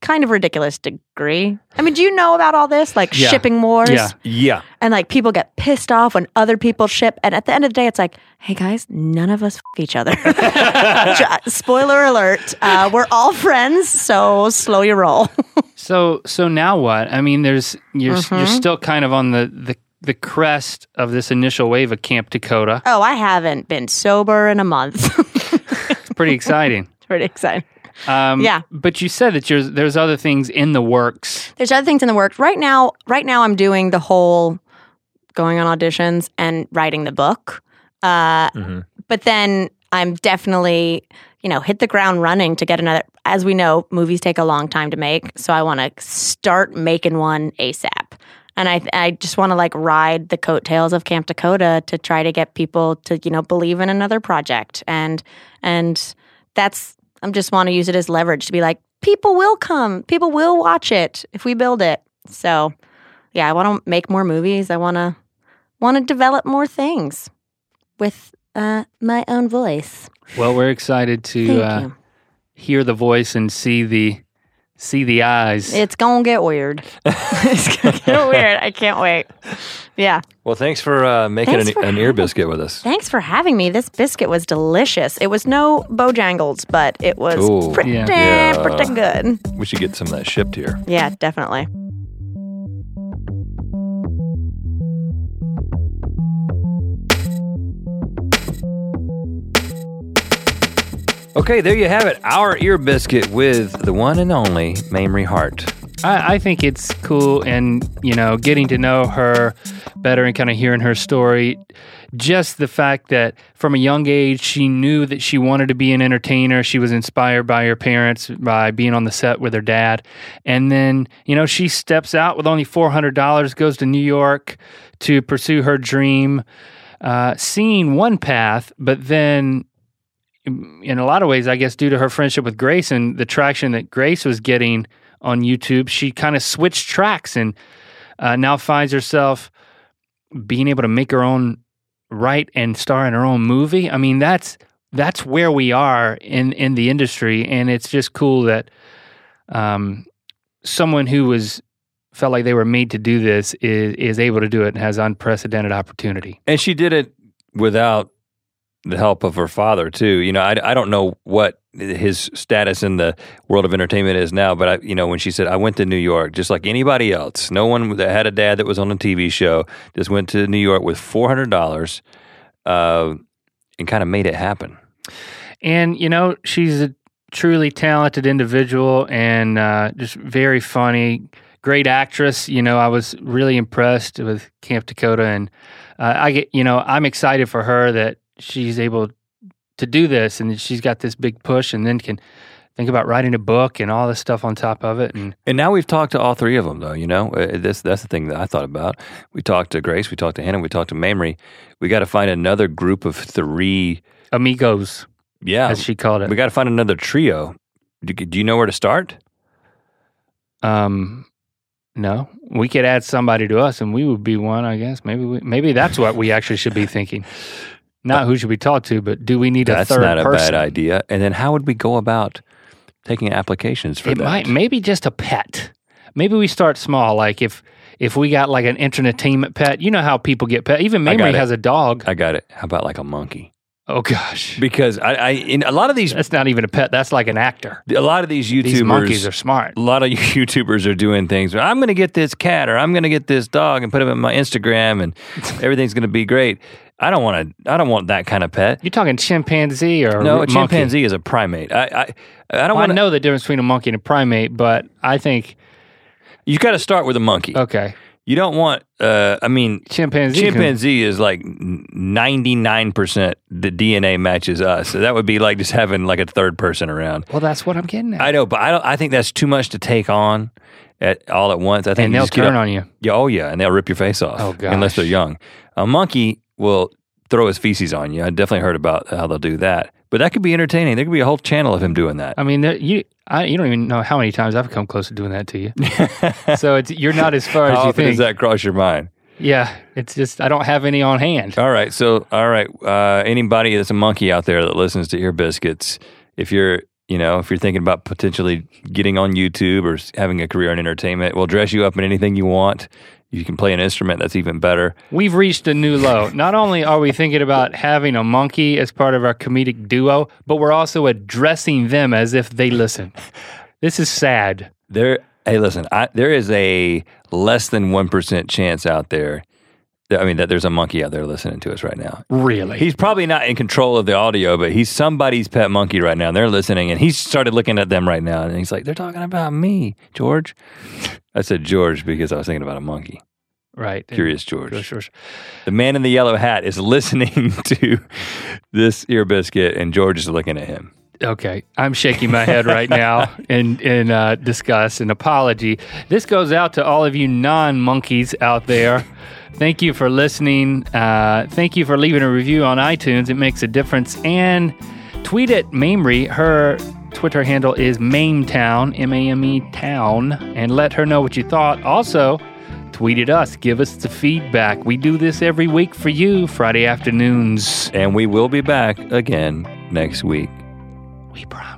C: kind of ridiculous degree. I mean, do you know about all this, like
A: Yeah.
C: shipping wars?
A: Yeah.
B: Yeah.
C: And like people get pissed off when other people ship. And at the end of the day, it's like, hey guys, none of us f- each other. J- Spoiler alert, uh, we're all friends, so slow your roll.
A: So so now what? I mean, there's you're you're
C: Mm-hmm.
A: still kind of on the the the crest of this initial wave of Camp Dakota.
C: oh, I haven't been sober in a month.
A: It's pretty exciting.
C: Pretty exciting.
A: Um,
C: Yeah.
A: But you said that you're, there's other things in the works.
C: There's other things in the works. Right now, right now I'm doing the whole going on auditions and writing the book. Uh,
B: Mhm.
C: But then I'm definitely, you know, hit the ground running to get another. As we know, movies take a long time to make, so I want to start making one ASAP. And I, I just want to like ride the coattails of Camp Dakota to try to get people to, you know, believe in another project. And and that's I'm just want to use it as leverage to be like, people will come, people will watch it if we build it. So yeah, I want to make more movies. I want to want to develop more things with uh, my own voice.
A: Well, we're excited
C: Thank
A: to uh,
C: you.
A: hear the voice and see the see the eyes.
C: It's gonna get weird. it's gonna get weird. I can't wait. Yeah.
B: Well, thanks for uh, making
C: Thanks
B: an,
C: for
B: an ear biscuit with us.
C: Thanks for having me. This biscuit was delicious. It was no Bojangles, but it was
B: Ooh.
C: pretty,
A: Yeah.
B: Yeah.
C: pretty good.
B: We should get some of that shipped here.
C: Yeah, definitely.
B: Okay, there you have it. Our ear biscuit with the one and only Mamrie Hart.
A: I, I think it's cool, and you know, getting to know her better and kind of hearing her story. Just the fact that from a young age, she knew that she wanted to be an entertainer. She was inspired by her parents, by being on the set with her dad. And then, you know, she steps out with only $400, goes to New York to pursue her dream, uh, seeing one path, but then in a lot of ways, I guess, due to her friendship with Grace and the traction that Grace was getting on YouTube, she kind of switched tracks and uh, now finds herself being able to make her own right and star in her own movie. I mean, that's that's where we are in in the industry, and it's just cool that um, someone who was felt like they were made to do this is is able to do it and has unprecedented opportunity.
B: And she did it without the help of her father too. You know, I, I don't know what his status in the world of entertainment is now, but I, you know, when she said I went to New York, just like anybody else, no one that had a dad that was on a TV show just went to New York with four hundred dollars, uh, and kind of made it happen.
A: And you know, she's a truly talented individual and uh, just very funny, great actress. You know, I was really impressed with Camp Dakota, and uh, I get you know I'm excited for her that she's able to do this and she's got this big push, and then can think about writing a book and all this stuff on top of it. And
B: And now we've talked to all three of them, though. You know, Uh, this that's the thing that I thought about. We talked to Grace, we talked to Hannah, we talked to Mamrie. We got to find another group of three.
A: amigos,
B: Yeah,
A: as she called
B: we
A: it.
B: got to find another trio. Do, do you know where to start?
A: Um, no, we could add somebody to us, and we would be one. I guess maybe we, maybe that's what we actually should be thinking. Not who should we talk to, but do we need
B: That's
A: a third
B: not a
A: person?
B: bad idea. And then how would we go about taking applications for
A: it
B: that?
A: might maybe just a pet maybe we start small like if if we got like an entertainment pet you know how people get pet even
B: I got
A: mamrie
B: it.
A: has a dog
B: I got it. How about like a monkey?
A: oh gosh
B: Because I, I in a lot of these,
A: that's not even a pet that's like an actor
B: a lot of these YouTubers,
A: these monkeys are smart
B: a lot of YouTubers are doing things. I'm going to get this cat or I'm going to get this dog and put him in my Instagram and everything's going to be great. I don't want to. I don't want that kind of pet.
A: you're talking chimpanzee or
B: No, a
A: monkey?
B: chimpanzee is a primate. I I, I don't
A: Well, I
B: want to.
A: know the difference between a monkey and a primate, but I think
B: You got to start with a monkey.
A: okay,
B: You don't want. Uh, I mean,
A: chimpanzee. can-
B: chimpanzee is like 99% the DNA matches us. So that would be like just having like a third person around.
A: well, that's what I'm getting at.
B: I know, but I don't I think that's too much to take on at all at once. I think
A: and
B: you
A: they'll
B: just get
A: turn
B: a-
A: on you.
B: Yeah, oh yeah, and they'll rip your face off.
A: Oh, gosh.
B: Unless they're young. A monkey will throw his feces on you. I definitely heard about how they'll do that. But that could be entertaining. There could be a whole channel of him doing that.
A: I mean, there- you. I, you don't even know how many times I've come close to doing that to you. so it's you're not as far as
B: How
A: you
B: often
A: think.
B: does that cross your mind?
A: Yeah, it's just I don't have any on hand.
B: All right. So, all right. Uh, anybody that's a monkey out there that listens to Ear Biscuits, if you're, you know, if you're thinking about potentially getting on YouTube or s- having a career in entertainment, we'll dress you up in anything you want. You can play an instrument. That's even better.
A: We've reached a new low. Not only are we thinking about having a monkey as part of our comedic duo, but we're also addressing them as if they listen. This is sad.
B: There. Hey, listen. I, there is a less than one percent chance out there. That, I mean, that there's a monkey out there listening to us right now.
A: Really?
B: He's probably not in control of the audio, but he's somebody's pet monkey right now. They're listening, and he started looking at them right now, and he's like, "They're talking about me, George." I said George because I was thinking about a monkey.
A: right.
B: Curious George.
A: Sure, sure, sure.
B: The man in the yellow hat is listening to this ear biscuit, and George is looking at him.
A: Okay. I'm shaking my head right now in, in uh, disgust and apology. This goes out to all of you non monkeys out there. Thank you for listening. Uh, thank you for leaving a review on iTunes. It makes a difference. And tweet at Mamrie. Her Twitter handle is MameTown, M A M E Town, and let her know what you thought. Also, tweet at us. Give us the feedback. We do this every week for you, Friday afternoons.
B: And we will be back again next week.
A: We promise.